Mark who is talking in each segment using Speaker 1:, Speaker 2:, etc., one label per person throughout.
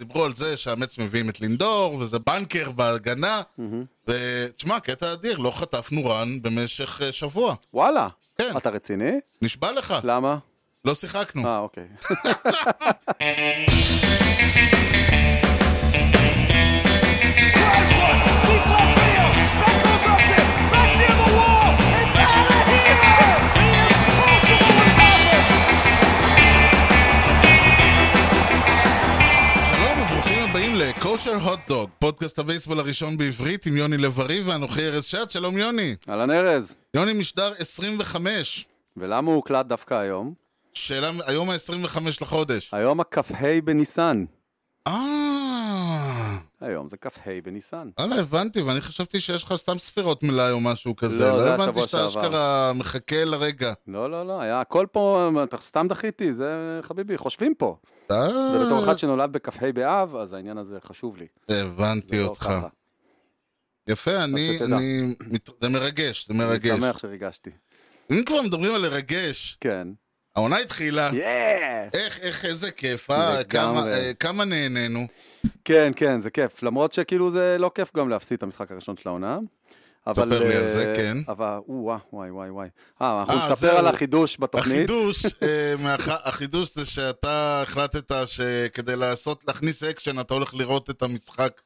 Speaker 1: דיברו על זה שהמץ מביאים את לינדור, וזה בנקר בהגנה. ותשמע, קטע אדיר, לא חטפנו רן במשך אה, שבוע.
Speaker 2: וואלה.
Speaker 1: כן.
Speaker 2: אתה רציני?
Speaker 1: נשבע לך,
Speaker 2: למה?
Speaker 1: לא שיחקנו.
Speaker 2: אה, אוקיי.
Speaker 3: Drives one, deep left field. That goes up to back near the wall. It's out of here. The impossible has happened.
Speaker 1: שלום וברוכים הבאים לכושר הוטדוג, פודקאסט הבייסבול הראשון בעברית עם יוני לב-ארי ואנוכי ארז שעד, שלום יוני.
Speaker 2: אהלן ארז.
Speaker 1: יוני משדר 25,
Speaker 2: ולמה הוא הוקלט דווקא היום?
Speaker 1: שאלה, היום ה-25 לחודש.
Speaker 2: היום הכ"ה בניסן.
Speaker 1: אה,
Speaker 2: היום זה כ"ה בניסן.
Speaker 1: וואלה, הבנתי, ואני חשבתי שיש לך סתם ספירות מלאי או משהו כזה.
Speaker 2: לא,
Speaker 1: לא
Speaker 2: זה
Speaker 1: הבנתי
Speaker 2: השבוע
Speaker 1: שאתה
Speaker 2: שעבר.
Speaker 1: אשכרה מחכה לרגע.
Speaker 2: לא, לא, לא, היה הכל פה, אתה סתם דחיתי, זה חביבי, חושבים פה.
Speaker 1: אה,
Speaker 2: ובתור אחד שנולד בכ"ה באב, אז העניין הזה חשוב לי.
Speaker 1: הבנתי
Speaker 2: זה לא
Speaker 1: אותך.
Speaker 2: ככה.
Speaker 1: יפה, אני...
Speaker 2: שתדע.
Speaker 1: אני מת- זה מרגש, זה מרגש.
Speaker 2: אני שמח שריגשתי.
Speaker 1: אם כבר מדברים על לרגש,
Speaker 2: כן.
Speaker 1: העונה התחילה.
Speaker 2: יאה!
Speaker 1: איך, איך, איזה כיף, אה?
Speaker 2: לגמרי.
Speaker 1: כמה, אה, כמה נהנינו.
Speaker 2: כן, כן, זה כיף. למרות שכאילו זה לא כיף גם להפסיד את המשחק הראשון של העונה. אבל...
Speaker 1: ספר לי על זה,
Speaker 2: אה,
Speaker 1: כן.
Speaker 2: אבל, או, וואי, וואי, וואי, וואי. אה, אנחנו
Speaker 1: אה,
Speaker 2: נספר
Speaker 1: זהו.
Speaker 2: על החידוש בתוכנית.
Speaker 1: החידוש, אה, מהח- החידוש זה שאתה החלטת שכדי לעשות, להכניס אקשן, אתה הולך לראות את המשחק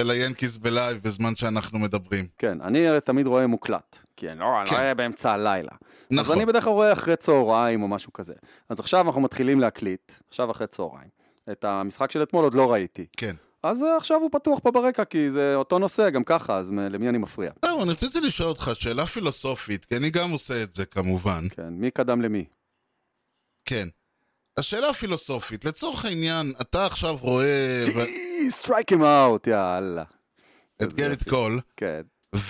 Speaker 1: של היאנקיס בלייב בזמן שאנחנו מדברים.
Speaker 2: כן, אני הרי תמיד רואה מוקלט. כי אני לא אני לא
Speaker 1: כן.
Speaker 2: רואה באמצע הלילה. אז
Speaker 1: נכון.
Speaker 2: אני בדרך כלל רואה אחרי צהריים או משהו כזה. אז עכשיו אנחנו מתחילים להקליט, עכשיו אחרי צהריים. את המשחק של אתמול עוד לא ראיתי.
Speaker 1: כן.
Speaker 2: אז אה, עכשיו הוא פתוח פה ברקע, כי זה אותו נושא גם ככה, אז מ- למי אני מפריע?
Speaker 1: זהו, אני רציתי לשאול אותך שאלה פילוסופית, כי אני גם עושה את זה כמובן.
Speaker 2: כן, מי קדם למי?
Speaker 1: כן. השאלה הפילוסופית, לצורך העניין, אתה עכשיו רואה ו-
Speaker 2: סטרייק עם אאוט, יאללה.
Speaker 1: את גריט קול,
Speaker 2: כן,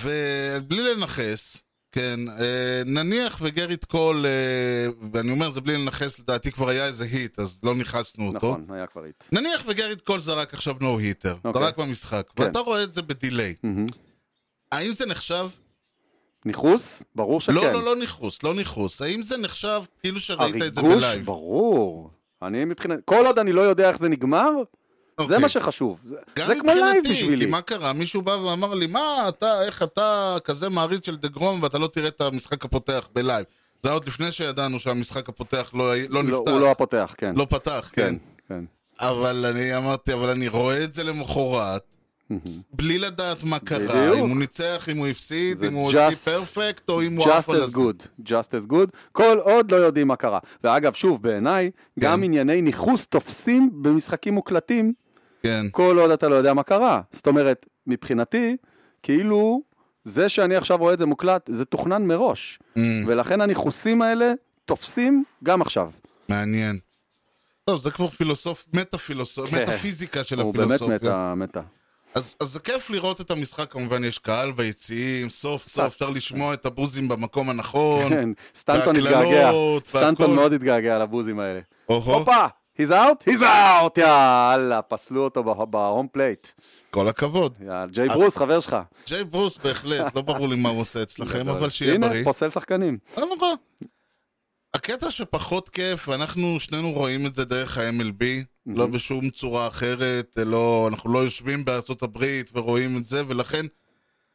Speaker 1: ובלי לנכס, כן, אה, נניח וגריט קול, אה, ואני אומר זה בלי לנכס, לדעתי כבר היה איזה היט, אז לא נכנסנו אותו.
Speaker 2: נכון, היה כבר איט.
Speaker 1: נניח וגריט קול זרק עכשיו נו היטר,
Speaker 2: אוקיי.
Speaker 1: זרק במשחק,
Speaker 2: כן.
Speaker 1: ואתה רואה את זה בדיליי.
Speaker 2: מהמם.
Speaker 1: האם זה נחשב?
Speaker 2: ניכוס? ברור שכן.
Speaker 1: לא, לא, לא ניכוס, לא ניכוס. האם זה נחשב כאילו שראית את זה
Speaker 2: הריגוש,
Speaker 1: בלייב?
Speaker 2: ברור. אני מבחינת... כל עוד אני לא יודע איך זה נגמר, זה
Speaker 1: אוקיי.
Speaker 2: מה שחשוב. זה-
Speaker 1: גם
Speaker 2: זה כמו לייב
Speaker 1: מבחינתי,
Speaker 2: בשבילי.
Speaker 1: כי מה קרה? מישהו בא ואמר לי, מה אתה, איך אתה כזה מעריץ של דה גרום ואתה לא תראה את המשחק הפותח בלייב. זה היה עוד לפני שידענו שהמשחק הפותח לא, לא
Speaker 2: לא,
Speaker 1: נפתח.
Speaker 2: הוא לא הפותח, כן.
Speaker 1: לא פתח, כן.
Speaker 2: כן.
Speaker 1: אבל אני אמרתי, אבל אני רואה את זה למחרת, בלי לדעת מה קרה,
Speaker 2: בדיוק.
Speaker 1: אם הוא ניצח, אם הוא הפסיד,
Speaker 2: זה
Speaker 1: אם הוא
Speaker 2: just-
Speaker 1: הוציא פרפקט, או אם הוא לא עף
Speaker 2: just
Speaker 1: על
Speaker 2: as
Speaker 1: הזה.
Speaker 2: good, just as good, כל עוד לא יודעים מה קרה. ואגב, שוב, בעיניי,
Speaker 1: כן.
Speaker 2: גם ענייני ניכוס תופסים במשחקים מוקלטים,
Speaker 1: כן,
Speaker 2: כל עוד אתה לא יודע מה קרה. זאת אומרת, מבחינתי, כאילו, זה שאני עכשיו רואה את זה מוקלט, זה תוכנן מראש.
Speaker 1: Mm.
Speaker 2: ולכן הניכוסים האלה תופסים גם עכשיו.
Speaker 1: מעניין. טוב, זה כבר פילוסוף, מטה-פילוסופ,
Speaker 2: כן.
Speaker 1: מטאפיזיקה של
Speaker 2: הוא באמת
Speaker 1: הפילוסופיה.
Speaker 2: מתה, מתה.
Speaker 1: אז, אז זה כיף לראות את המשחק, כמובן יש קהל ביציעים, סוף סוף אפשר לשמוע את הבוזים במקום הנכון.
Speaker 2: כן, סטנטון התגעגע,
Speaker 1: נכון. והקללות, והכל.
Speaker 2: סטנטון מאוד התגעגע לבוזים האלה.
Speaker 1: אוהו,
Speaker 2: הופה, he's out, he's out, יאללה, פסלו אותו בה- בהום פלייט.
Speaker 1: כל הכבוד.
Speaker 2: יאללה, ג'יי ברוס, חבר שלך.
Speaker 1: ג'יי ברוס בהחלט, לא ברור לי מה הוא עושה אצלכם,
Speaker 2: גדול.
Speaker 1: אבל שיהיה בריא.
Speaker 2: הנה, פוסל שחקנים.
Speaker 1: לא נורא. הקטע שפחות כיף, ואנחנו שנינו רואים את זה דרך ה-MLB, לא בשום צורה אחרת, לא, אנחנו לא יושבים בארצות הברית ורואים את זה, ולכן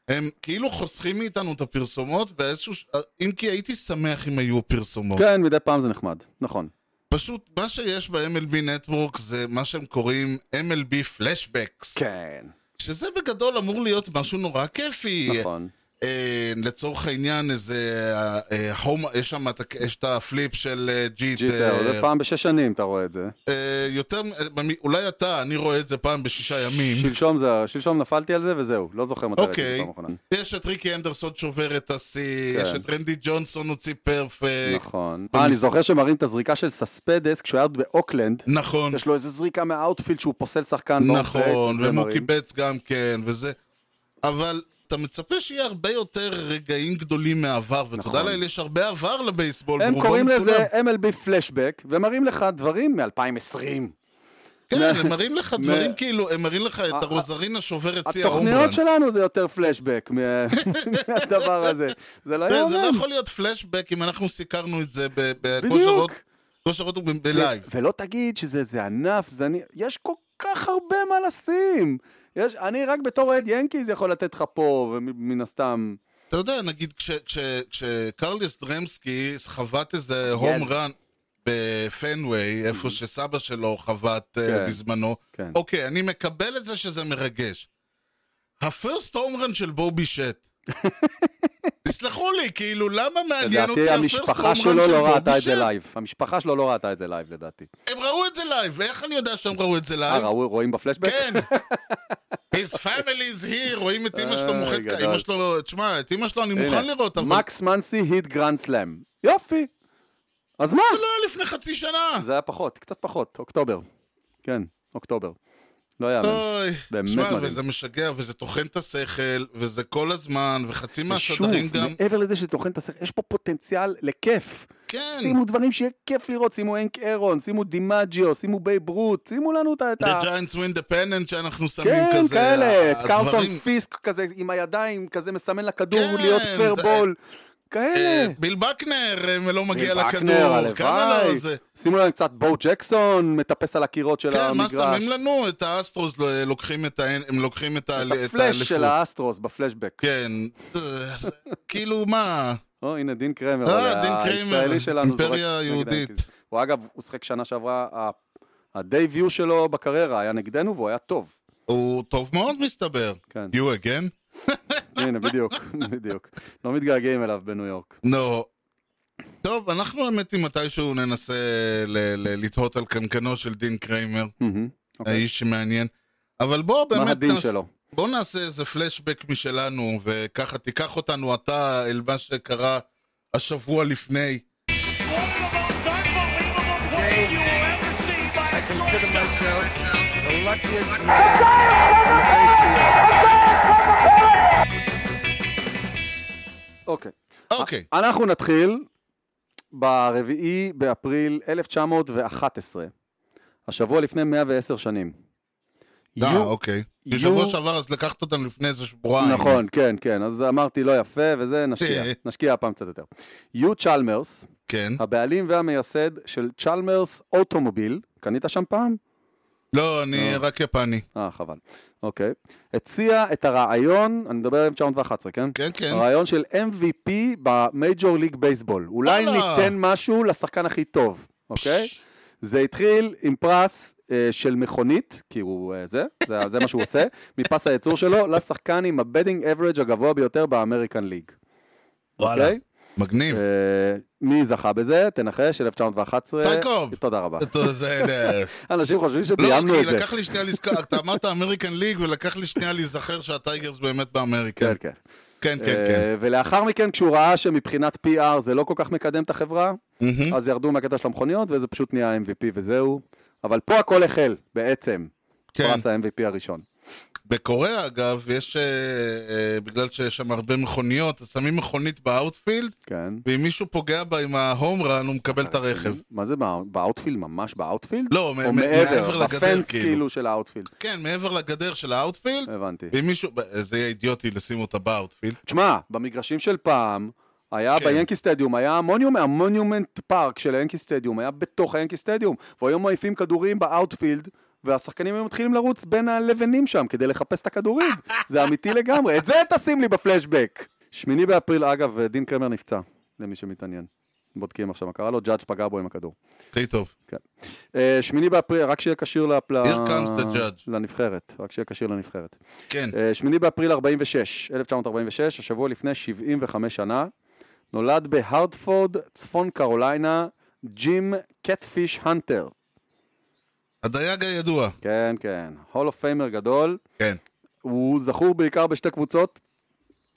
Speaker 1: הם כאילו חוסכים מאיתנו את הפרסומות, ואיזשהו... ש- אם כי הייתי שמח אם היו פרסומות.
Speaker 2: כן, מדי פעם זה נחמד, נכון.
Speaker 1: פשוט מה שיש ב-MLB Network זה מה שהם קוראים MLB Flashbacks,
Speaker 2: כן,
Speaker 1: שזה בגדול אמור להיות משהו נורא כיפי.
Speaker 2: נכון.
Speaker 1: אה, לצורך העניין, איזה... אה, אה, הום, יש שם את ה- יש את הפליפ של אה, ג'יט.
Speaker 2: ג'יטר,
Speaker 1: אה,
Speaker 2: זה פעם בשש שנים אתה רואה את זה.
Speaker 1: אה, יותר... מ- אה, במי- אולי אתה, אני רואה את זה פעם בשישה ימים.
Speaker 2: שלשום זה, שלשום נפלתי על זה וזהו, לא זוכר מתי ראיתי את
Speaker 1: אוקיי.
Speaker 2: זה פעם אחרונה.
Speaker 1: יש את ריקי אנדרסון שובר את השיא,
Speaker 2: כן.
Speaker 1: יש את רנדי ג'ונסון הוציא פרפקט.
Speaker 2: נכון.
Speaker 1: במס-
Speaker 2: אה, אני זוכר שמראים את הזריקה של סספדס כשהוא היה עוד באוקלנד.
Speaker 1: נכון,
Speaker 2: יש לו איזה זריקה מהאוטפילד שהוא פוסל שחקן. בהום
Speaker 1: נכון,
Speaker 2: פלייט, זה
Speaker 1: ומוקי
Speaker 2: מראים.
Speaker 1: בץ גם כן, וזה. אבל אתה מצפה שיהיה הרבה יותר רגעים גדולים מהעבר, ותודה
Speaker 2: נכון.
Speaker 1: לאל, יש הרבה עבר לבייסבול,
Speaker 2: הם
Speaker 1: ורובו
Speaker 2: קוראים
Speaker 1: מצולם.
Speaker 2: לזה MLB פלשבק, ומראים לך דברים מ-2020.
Speaker 1: כן, הם מראים לך
Speaker 2: מ-
Speaker 1: דברים כאילו, הם מראים לך את
Speaker 2: ה-
Speaker 1: הרוזרינה שובר את שיא
Speaker 2: התוכניות
Speaker 1: ההומרנס.
Speaker 2: שלנו זה יותר פלשבק מה- מהדבר הזה. זה לא
Speaker 1: כן, זה לא
Speaker 2: יאמן.
Speaker 1: יכול להיות פלשבק אם אנחנו סיקרנו את זה ב- בכושר
Speaker 2: בדיוק.
Speaker 1: הוד- כושר הודו בלייב.
Speaker 2: ו- ולא תגיד שזה איזה ענף זני... יש כל כך הרבה מה לשים. יש, אני רק בתור אוהד ינקיז יכול לתת לך פה, ומן הסתם...
Speaker 1: אתה יודע, נגיד, כש- כש- כשקרליס דרמסקי חבט איזה הום רן בפנוויי, איפה שסבא שלו חבט אה,
Speaker 2: כן.
Speaker 1: בזמנו,
Speaker 2: כן.
Speaker 1: אוקיי, אני מקבל את זה שזה מרגש. הפרסט הום רן של בובי שט. תסלחו לי, כאילו, למה מעניין אותי
Speaker 2: לדעתי
Speaker 1: הפרסט
Speaker 2: המשפחה
Speaker 1: הום
Speaker 2: שלו
Speaker 1: רן של
Speaker 2: לא ראתה
Speaker 1: בובי
Speaker 2: את זה
Speaker 1: שט?
Speaker 2: לייב. המשפחה שלו לא ראתה את זה לייב, לדעתי.
Speaker 1: הם ראו את זה לייב, איך אני יודע שהם ראו את זה
Speaker 2: אה,
Speaker 1: לייב?
Speaker 2: ראו, רואים בפלשבק?
Speaker 1: כן. His family is here, רואים את אמא שלו
Speaker 2: אה,
Speaker 1: מוחקת,
Speaker 2: גדול.
Speaker 1: אמא שלו, תשמע, את אמא שלו אני
Speaker 2: הנה,
Speaker 1: מוכן לראות, אבל
Speaker 2: מקס מנסי היט גרנד סלאם. יופי. אז מה?
Speaker 1: זה לא היה לפני חצי שנה.
Speaker 2: זה היה פחות, קצת פחות, אוקטובר. כן, אוקטובר. לא יאמן.
Speaker 1: אוי,
Speaker 2: באמת
Speaker 1: תשמע,
Speaker 2: מדהים.
Speaker 1: וזה משגע, וזה טוחן את השכל, וזה כל הזמן, וחצי
Speaker 2: ושוב,
Speaker 1: מהשדרים גם...
Speaker 2: מעבר לזה שטוחן את השכל, יש פה פוטנציאל לכיף.
Speaker 1: כן.
Speaker 2: שימו דברים שיהיה כיף לראות, שימו אנק אירון, שימו דימג'יו, שימו בייב רות, שימו לנו את ה... את ה-
Speaker 1: The Giants win the pennant שאנחנו שמים
Speaker 2: כן,
Speaker 1: כזה.
Speaker 2: כאלה,
Speaker 1: הדברים- אה,
Speaker 2: קאוטון פיסק כזה עם הידיים, כזה מסמן לכדור
Speaker 1: כן,
Speaker 2: להיות
Speaker 1: זה-
Speaker 2: פייר בול.
Speaker 1: אה,
Speaker 2: כאלה.
Speaker 1: ביל בקנר אה, לא מגיע
Speaker 2: וקנר,
Speaker 1: לכדור,
Speaker 2: הלוואי.
Speaker 1: כמה לא זה.
Speaker 2: שימו לנו קצת בואו ג'קסון מטפס על הקירות של
Speaker 1: כן, מה
Speaker 2: המגרש.
Speaker 1: שמים לנו? את האסטרוס לא- לוקחים את ה... הם לוקחים את ה- את
Speaker 2: את
Speaker 1: האליפות.
Speaker 2: הפלאש של האסטרוס בפלשבק.
Speaker 1: כן, אה, זה- כאילו מה?
Speaker 2: או, הנה דין קרמר,
Speaker 1: אה,
Speaker 2: אבל
Speaker 1: דין קרמר,
Speaker 2: הישראלי שלנו זורק
Speaker 1: אימפריה
Speaker 2: נגד
Speaker 1: יהודית.
Speaker 2: היאנקיז. הוא אגב, הוא שיחק שנה שעברה, ה- הדייביו שלו בקריירה היה נגדנו והוא היה טוב.
Speaker 1: הוא טוב מאוד מסתבר.
Speaker 2: כן.
Speaker 1: You again?
Speaker 2: הנה, בדיוק, בדיוק. לא מתגעגעים אליו בניו יורק.
Speaker 1: לא. טוב, אנחנו האמת היא מתישהו ננסה ל- ל- לתהות על קנקנו של דין קריימר,
Speaker 2: מהמם, אוקיי.
Speaker 1: האיש שמעניין. אבל בוא באמת
Speaker 2: מה הדין
Speaker 1: נעשה-
Speaker 2: שלו?
Speaker 1: בוא נעשה איזה פלשבק משלנו, וככה תיקח אותנו אתה אל מה שקרה השבוע לפני.
Speaker 4: One of the most unbelievable plays you will ever see by a shortstop.
Speaker 2: אוקיי.
Speaker 1: אוקיי,
Speaker 2: אנחנו נתחיל ברביעי באפריל 1911. השבוע לפני 110 שנים.
Speaker 1: אה,
Speaker 2: יו-
Speaker 1: אוקיי.
Speaker 2: you-
Speaker 1: בשבוע שעבר אז לקחת אותנו לפני איזה שבועיים.
Speaker 2: נכון, כן, כן. אז אמרתי לא יפה, וזה נשקיע.
Speaker 1: אה.
Speaker 2: נשקיע הפעם קצת יותר. יו צ'למרס,
Speaker 1: כן.
Speaker 2: הבעלים והמייסד של צ'למרס אוטומוביל, קנית שם פעם?
Speaker 1: לא, אני רק יפני.
Speaker 2: אה, חבל. אוקיי. הציע את הרעיון, אני מדבר על 1911, כן?
Speaker 1: כן, כן.
Speaker 2: הרעיון של MVP במייג'ור ליג בייסבול. אולי
Speaker 1: וואלה.
Speaker 2: ניתן משהו לשחקן הכי טוב, אוקיי? זה התחיל עם פרס אה, של מכונית, כי הוא אה, זה, זה, זה מה שהוא עושה, מפס הייצור שלו, לשחקן עם הבדינג אברג' הגבוה ביותר באמריקן ליג.
Speaker 1: וואלה.
Speaker 2: אוקיי?
Speaker 1: מגניב.
Speaker 2: אה, מי זכה בזה? תנחש, 1911.
Speaker 1: טייקוב.
Speaker 2: תודה רבה.
Speaker 1: טוב, זה...
Speaker 2: אנשים חושבים
Speaker 1: לא,
Speaker 2: שביימנו
Speaker 1: כי
Speaker 2: את זה.
Speaker 1: לקח לי שנייה לזכור, אתה אמרת אמריקן ליג ולקח לי שנייה להיזכר שהטייגרס באמת באמריקן.
Speaker 2: כן, כן.
Speaker 1: כן, כן,
Speaker 2: אה,
Speaker 1: כן.
Speaker 2: ולאחר מכן, כשהוא ראה שמבחינת PR זה לא כל כך מקדם את החברה,
Speaker 1: מהמם.
Speaker 2: אז ירדו מהקטע של המכוניות, וזה פשוט נהיה MVP וזהו. אבל פה הכל החל, בעצם.
Speaker 1: כן.
Speaker 2: פרס ה-MVP הראשון.
Speaker 1: בקוריאה, אגב, יש... אה, אה, בגלל שיש שם הרבה מכוניות, אז שמים מכונית באאוטפילד,
Speaker 2: כן.
Speaker 1: ואם מישהו פוגע בה עם ההום רן, הוא מקבל
Speaker 2: אה,
Speaker 1: את הרכב.
Speaker 2: מה זה, בא- באאוטפילד? ממש באאוטפילד?
Speaker 1: לא, מ-
Speaker 2: או
Speaker 1: מ- מעבר
Speaker 2: מעבר,
Speaker 1: לגדר,
Speaker 2: בפנס
Speaker 1: כאילו.
Speaker 2: כאילו של האאוטפילד.
Speaker 1: כן, מעבר לגדר של האאוטפילד,
Speaker 2: הבנתי.
Speaker 1: ואם מישהו... זה יהיה אידיוטי לשים אותה באאוטפילד.
Speaker 2: תשמע, במגרשים של פעם, היה
Speaker 1: כן.
Speaker 2: ביאנקי סטדיום, היה המוניומנט, המוניומנט פארק של היאנקי סטדיום, היה בתוך היאנקי סטדיום, והיום מעיפים כדורים באאוטפילד, והשחקנים היו מתחילים לרוץ בין הלבנים שם כדי לחפש את הכדורים. זה אמיתי לגמרי, את זה תשים לי בפלשבק. שמיני באפריל, אגב, דין קרמר נפצע, למי שמתעניין. בודקים עכשיו מה קרה לו, ג'אדג' פגע בו עם הכדור.
Speaker 1: הכי טוב.
Speaker 2: אה, שמיני באפריל, רק שיהיה כשיר לפ-
Speaker 1: comes the judge.
Speaker 2: לנבחרת, רק שיהיה כשיר לנבחרת.
Speaker 1: כן.
Speaker 2: אה, 8 באפריל 46, 1946, השבוע לפני 75 שנה, נולד בהרדפורד, צפון קרוליינה, ג'ים קטפיש הנטר.
Speaker 1: הדייג הידוע.
Speaker 2: כן, כן, הול אוף פיימר גדול.
Speaker 1: כן.
Speaker 2: הוא זכור בעיקר בשתי קבוצות,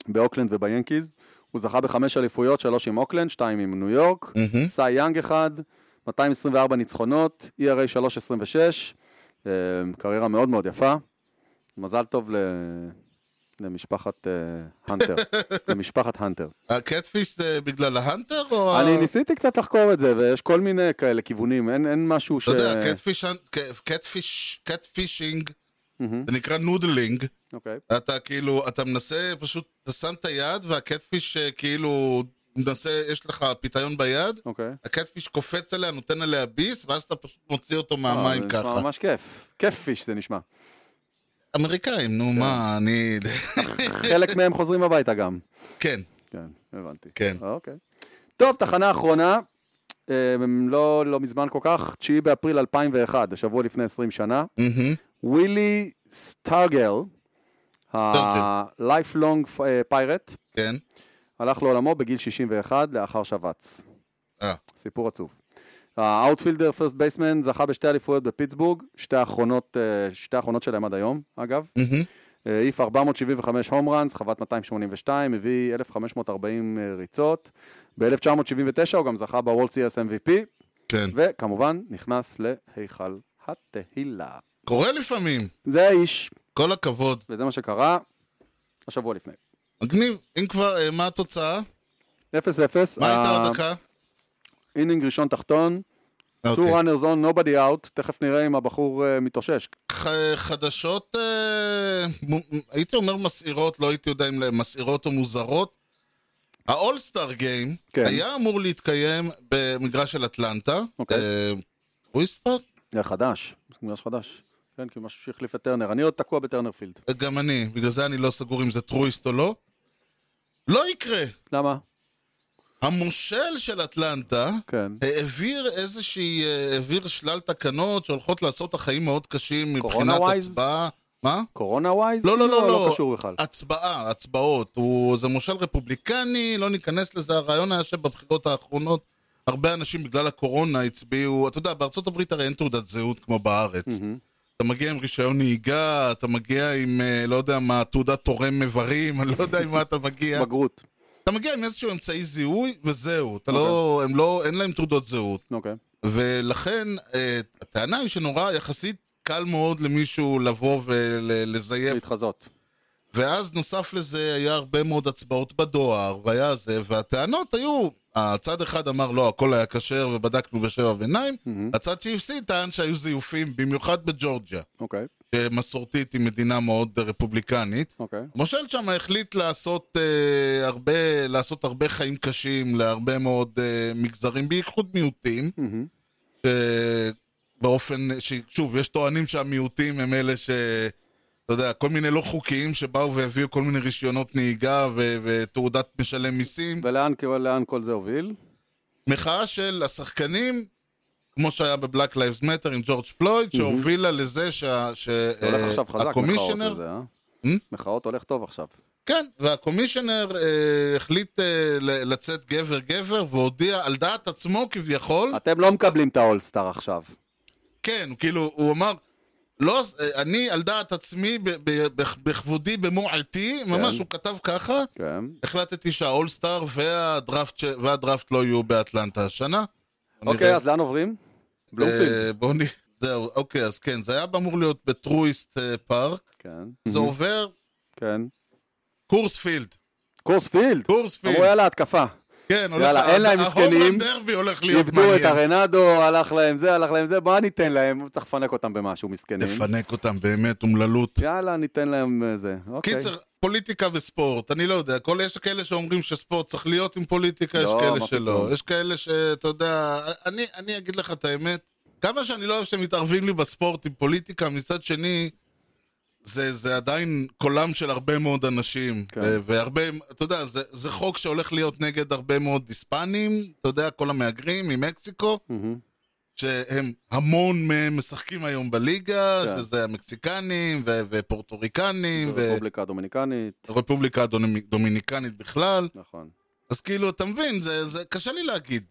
Speaker 2: באוקלנד וביאנקיז. הוא זכה בחמש אליפויות, שלוש עם אוקלנד, שתיים עם ניו יורק,
Speaker 1: מהמם.
Speaker 2: סי יאנג אחד, 224 ניצחונות, E ERA 326, אה, קריירה מאוד מאוד יפה. מזל טוב ל... למשפחת אה, הנטר, למשפחת הנטר.
Speaker 1: הקטפיש זה בגלל ההאנטר או... ה-
Speaker 2: אני ניסיתי קצת לחקור את זה, ויש כל מיני כאלה כיוונים, אין, אין משהו ש...
Speaker 1: אתה יודע, קטפיש, קטפיש, קטפישינג,
Speaker 2: מהמם,
Speaker 1: זה נקרא נודלינג.
Speaker 2: אוקיי.
Speaker 1: אתה כאילו, אתה מנסה, פשוט, אתה שם את היד והקטפיש אה, כאילו מנסה, יש לך פיתיון ביד,
Speaker 2: אוקיי.
Speaker 1: הקטפיש קופץ עליה, נותן עליה ביס, ואז אתה פשוט מוציא אותו
Speaker 2: אה,
Speaker 1: מהמים
Speaker 2: זה נשמע
Speaker 1: ככה.
Speaker 2: ממש כיף. כיפיש זה נשמע.
Speaker 1: אמריקאים,
Speaker 2: כן.
Speaker 1: נו מה, אני...
Speaker 2: חלק מהם חוזרים הביתה גם.
Speaker 1: כן,
Speaker 2: כן, הבנתי.
Speaker 1: כן.
Speaker 2: אוקיי. טוב, תחנה אחרונה, אה, לא, לא מזמן כל כך, 9 באפריל 2001, השבוע לפני 20 שנה,
Speaker 1: מהמם.
Speaker 2: ווילי סטארגל, ה-lifelong אה, pirate,
Speaker 1: כן.
Speaker 2: הלך לעולמו בגיל 61 לאחר שבץ.
Speaker 1: אה,
Speaker 2: סיפור עצוב. האאוטפילדר, פרסט בייסמן, זכה בשתי אליפויות בפיטסבורג, שתי האחרונות, אה, שתי האחרונות שלהם עד היום, אגב.
Speaker 1: מהמם.
Speaker 2: אה, העיף 475 הום ראנס, חוות 282, הביא 1,540 אה, ריצות. ב-1979 הוא גם זכה בוולד CS MVP,
Speaker 1: כן.
Speaker 2: וכמובן נכנס להיכל התהילה.
Speaker 1: קורה לפעמים,
Speaker 2: זה האיש,
Speaker 1: כל הכבוד.
Speaker 2: וזה מה שקרה השבוע לפני.
Speaker 1: מגניב, אם כבר, אה, מה התוצאה?
Speaker 2: 0-0,
Speaker 1: מה הייתה
Speaker 2: אה,
Speaker 1: עוד דקה?
Speaker 2: אינינג ראשון תחתון, two
Speaker 1: אוקיי.
Speaker 2: runners on, nobody out, תכף נראה אם הבחור אה, מתאושש.
Speaker 1: ח- חדשות, אה, מ- הייתי אומר מסעירות, לא הייתי יודע אם מסעירות או מוזרות. האולסטאר גיים
Speaker 2: כן.
Speaker 1: היה אמור להתקיים במגרש של אטלנטה.
Speaker 2: אוקיי.
Speaker 1: אה, אויסט פארק?
Speaker 2: זה חדש, זה מגרש חדש. כן, כי משהו שהחליף את טרנר. אני עוד תקוע בטרנר פילד.
Speaker 1: אה, גם אני, בגלל זה אני לא סגור אם זה טרויסט או לא. לא יקרה.
Speaker 2: למה?
Speaker 1: המושל של אטלנטה
Speaker 2: כן.
Speaker 1: העביר איזושהי, אה, העביר שלל תקנות שהולכות לעשות את החיים מאוד קשים מבחינת
Speaker 2: קורונה-wise?
Speaker 1: הצבעה. מה?
Speaker 2: קורונה ווייז?
Speaker 1: לא, לא, לא,
Speaker 2: לא
Speaker 1: לא.
Speaker 2: קשור בכלל.
Speaker 1: הצבעה, הצבעות. הוא, זה מושל רפובליקני, לא ניכנס לזה. הרעיון היה שבבחירות האחרונות הרבה אנשים בגלל הקורונה הצביעו, אתה יודע, בארצות הברית הרי אין תעודת זהות כמו בארץ.
Speaker 2: מהמם.
Speaker 1: אתה מגיע עם רישיון נהיגה, אתה מגיע עם, אה, לא יודע מה, תעודת תורם איברים, אני לא יודע עם מה אתה מגיע.
Speaker 2: בגרות.
Speaker 1: אתה מגיע עם איזשהו אמצעי זיהוי, וזהו. אתה לא, הם לא, אין להם תעודות זהות.
Speaker 2: אוקיי.
Speaker 1: ולכן, אה, הטענה היא שנורא, יחסית קל מאוד למישהו לבוא ולזייף
Speaker 2: להתחזות.
Speaker 1: ואז נוסף לזה היה הרבה מאוד הצבעות בדואר, והיה זה, והטענות היו, הצד אחד אמר לא, הכל היה כשר ובדקנו בשבע ביניים,
Speaker 2: מהמם.
Speaker 1: הצד שהפסיד טען שהיו זיופים, במיוחד בג'ורג'ה,
Speaker 2: אוקיי,
Speaker 1: שמסורתית היא מדינה מאוד רפובליקנית.
Speaker 2: אוקיי.
Speaker 1: מושל שם החליט לעשות, אה, הרבה, לעשות הרבה חיים קשים להרבה מאוד אה, מגזרים, בייחוד מיעוטים,
Speaker 2: מהמם.
Speaker 1: באופן, ש- שוב, יש טוענים שהמיעוטים הם אלה ש... אתה יודע, כל מיני לא חוקיים שבאו והביאו כל מיני רישיונות נהיגה ו- ותעודת משלם מיסים.
Speaker 2: ולאן לאן כל זה הוביל?
Speaker 1: מחאה של השחקנים, כמו שהיה בבלק לייבס מטר עם ג'ורג' פלויד, שהובילה לזה שה- ש-
Speaker 2: זה הולך
Speaker 1: אה,
Speaker 2: עכשיו חזק, מחאות
Speaker 1: הקומישיונר-
Speaker 2: וזה, אה?
Speaker 1: Hmm?
Speaker 2: מחאות הולך טוב עכשיו.
Speaker 1: כן, והקומישיונר אה, החליט אה, ל- לצאת גבר-גבר והודיע על דעת עצמו כביכול,
Speaker 2: אתם לא מקבלים את האולסטאר עכשיו.
Speaker 1: כן, כאילו, הוא אמר, לא, אני על דעת עצמי, ב- ב- ב- בכבודי, במו עטי, ממש, הוא כתב ככה,
Speaker 2: כן.
Speaker 1: החלטתי שהאולסטאר והדראפט, ש- והדראפט לא יהיו באטלנטה השנה.
Speaker 2: אוקיי,
Speaker 1: נראה.
Speaker 2: אז לאן עוברים? בלומפילד.
Speaker 1: אה, בואו נ... זהו, אוקיי, אז כן, זה היה אמור להיות בטרויסט אה, פארק,
Speaker 2: כן.
Speaker 1: זה עובר
Speaker 2: כן.
Speaker 1: קורספילד,
Speaker 2: קורס פילד! אמרו
Speaker 1: קורספילד,
Speaker 2: יאללה, התקפה.
Speaker 1: כן, הולך...
Speaker 2: יאללה, אין להם מסכנים.
Speaker 1: ההומרן דרבי הולך להיות
Speaker 2: איבדו את
Speaker 1: מעניין.
Speaker 2: הרנדו, הלך להם זה, הלך להם זה, בוא ניתן להם, צריך לפנק אותם במשהו, מסכנים.
Speaker 1: נפנק אותם באמת, אומללות.
Speaker 2: יאללה, ניתן להם אה, זה. אוקיי.
Speaker 1: קיצר, פוליטיקה וספורט, אני לא יודע, כל, יש כאלה שאומרים שספורט צריך להיות עם פוליטיקה,
Speaker 2: לא,
Speaker 1: יש
Speaker 2: מה
Speaker 1: כאלה שלא.
Speaker 2: פתאום.
Speaker 1: יש כאלה שאתה יודע, אני, אני אגיד לך את האמת, כמה שאני לא אוהב שאתם מתערבים לי בספורט עם פוליטיקה, מצד שני, זה, זה עדיין קולם של הרבה מאוד אנשים.
Speaker 2: כן.
Speaker 1: כן. והרבה, אתה יודע, זה, זה חוק שהולך להיות נגד הרבה מאוד היספנים, אתה יודע, כל המהגרים ממקסיקו,
Speaker 2: מהמם.
Speaker 1: שהם המון מהם משחקים היום בליגה,
Speaker 2: כן.
Speaker 1: שזה המקסיקנים ו- ופורטוריקנים. ו-
Speaker 2: רפובליקה הדומיניקנית,
Speaker 1: הרפובליקה הדומיניקנית בכלל,
Speaker 2: נכון.
Speaker 1: אז כאילו, אתה מבין, זה, זה קשה לי להגיד.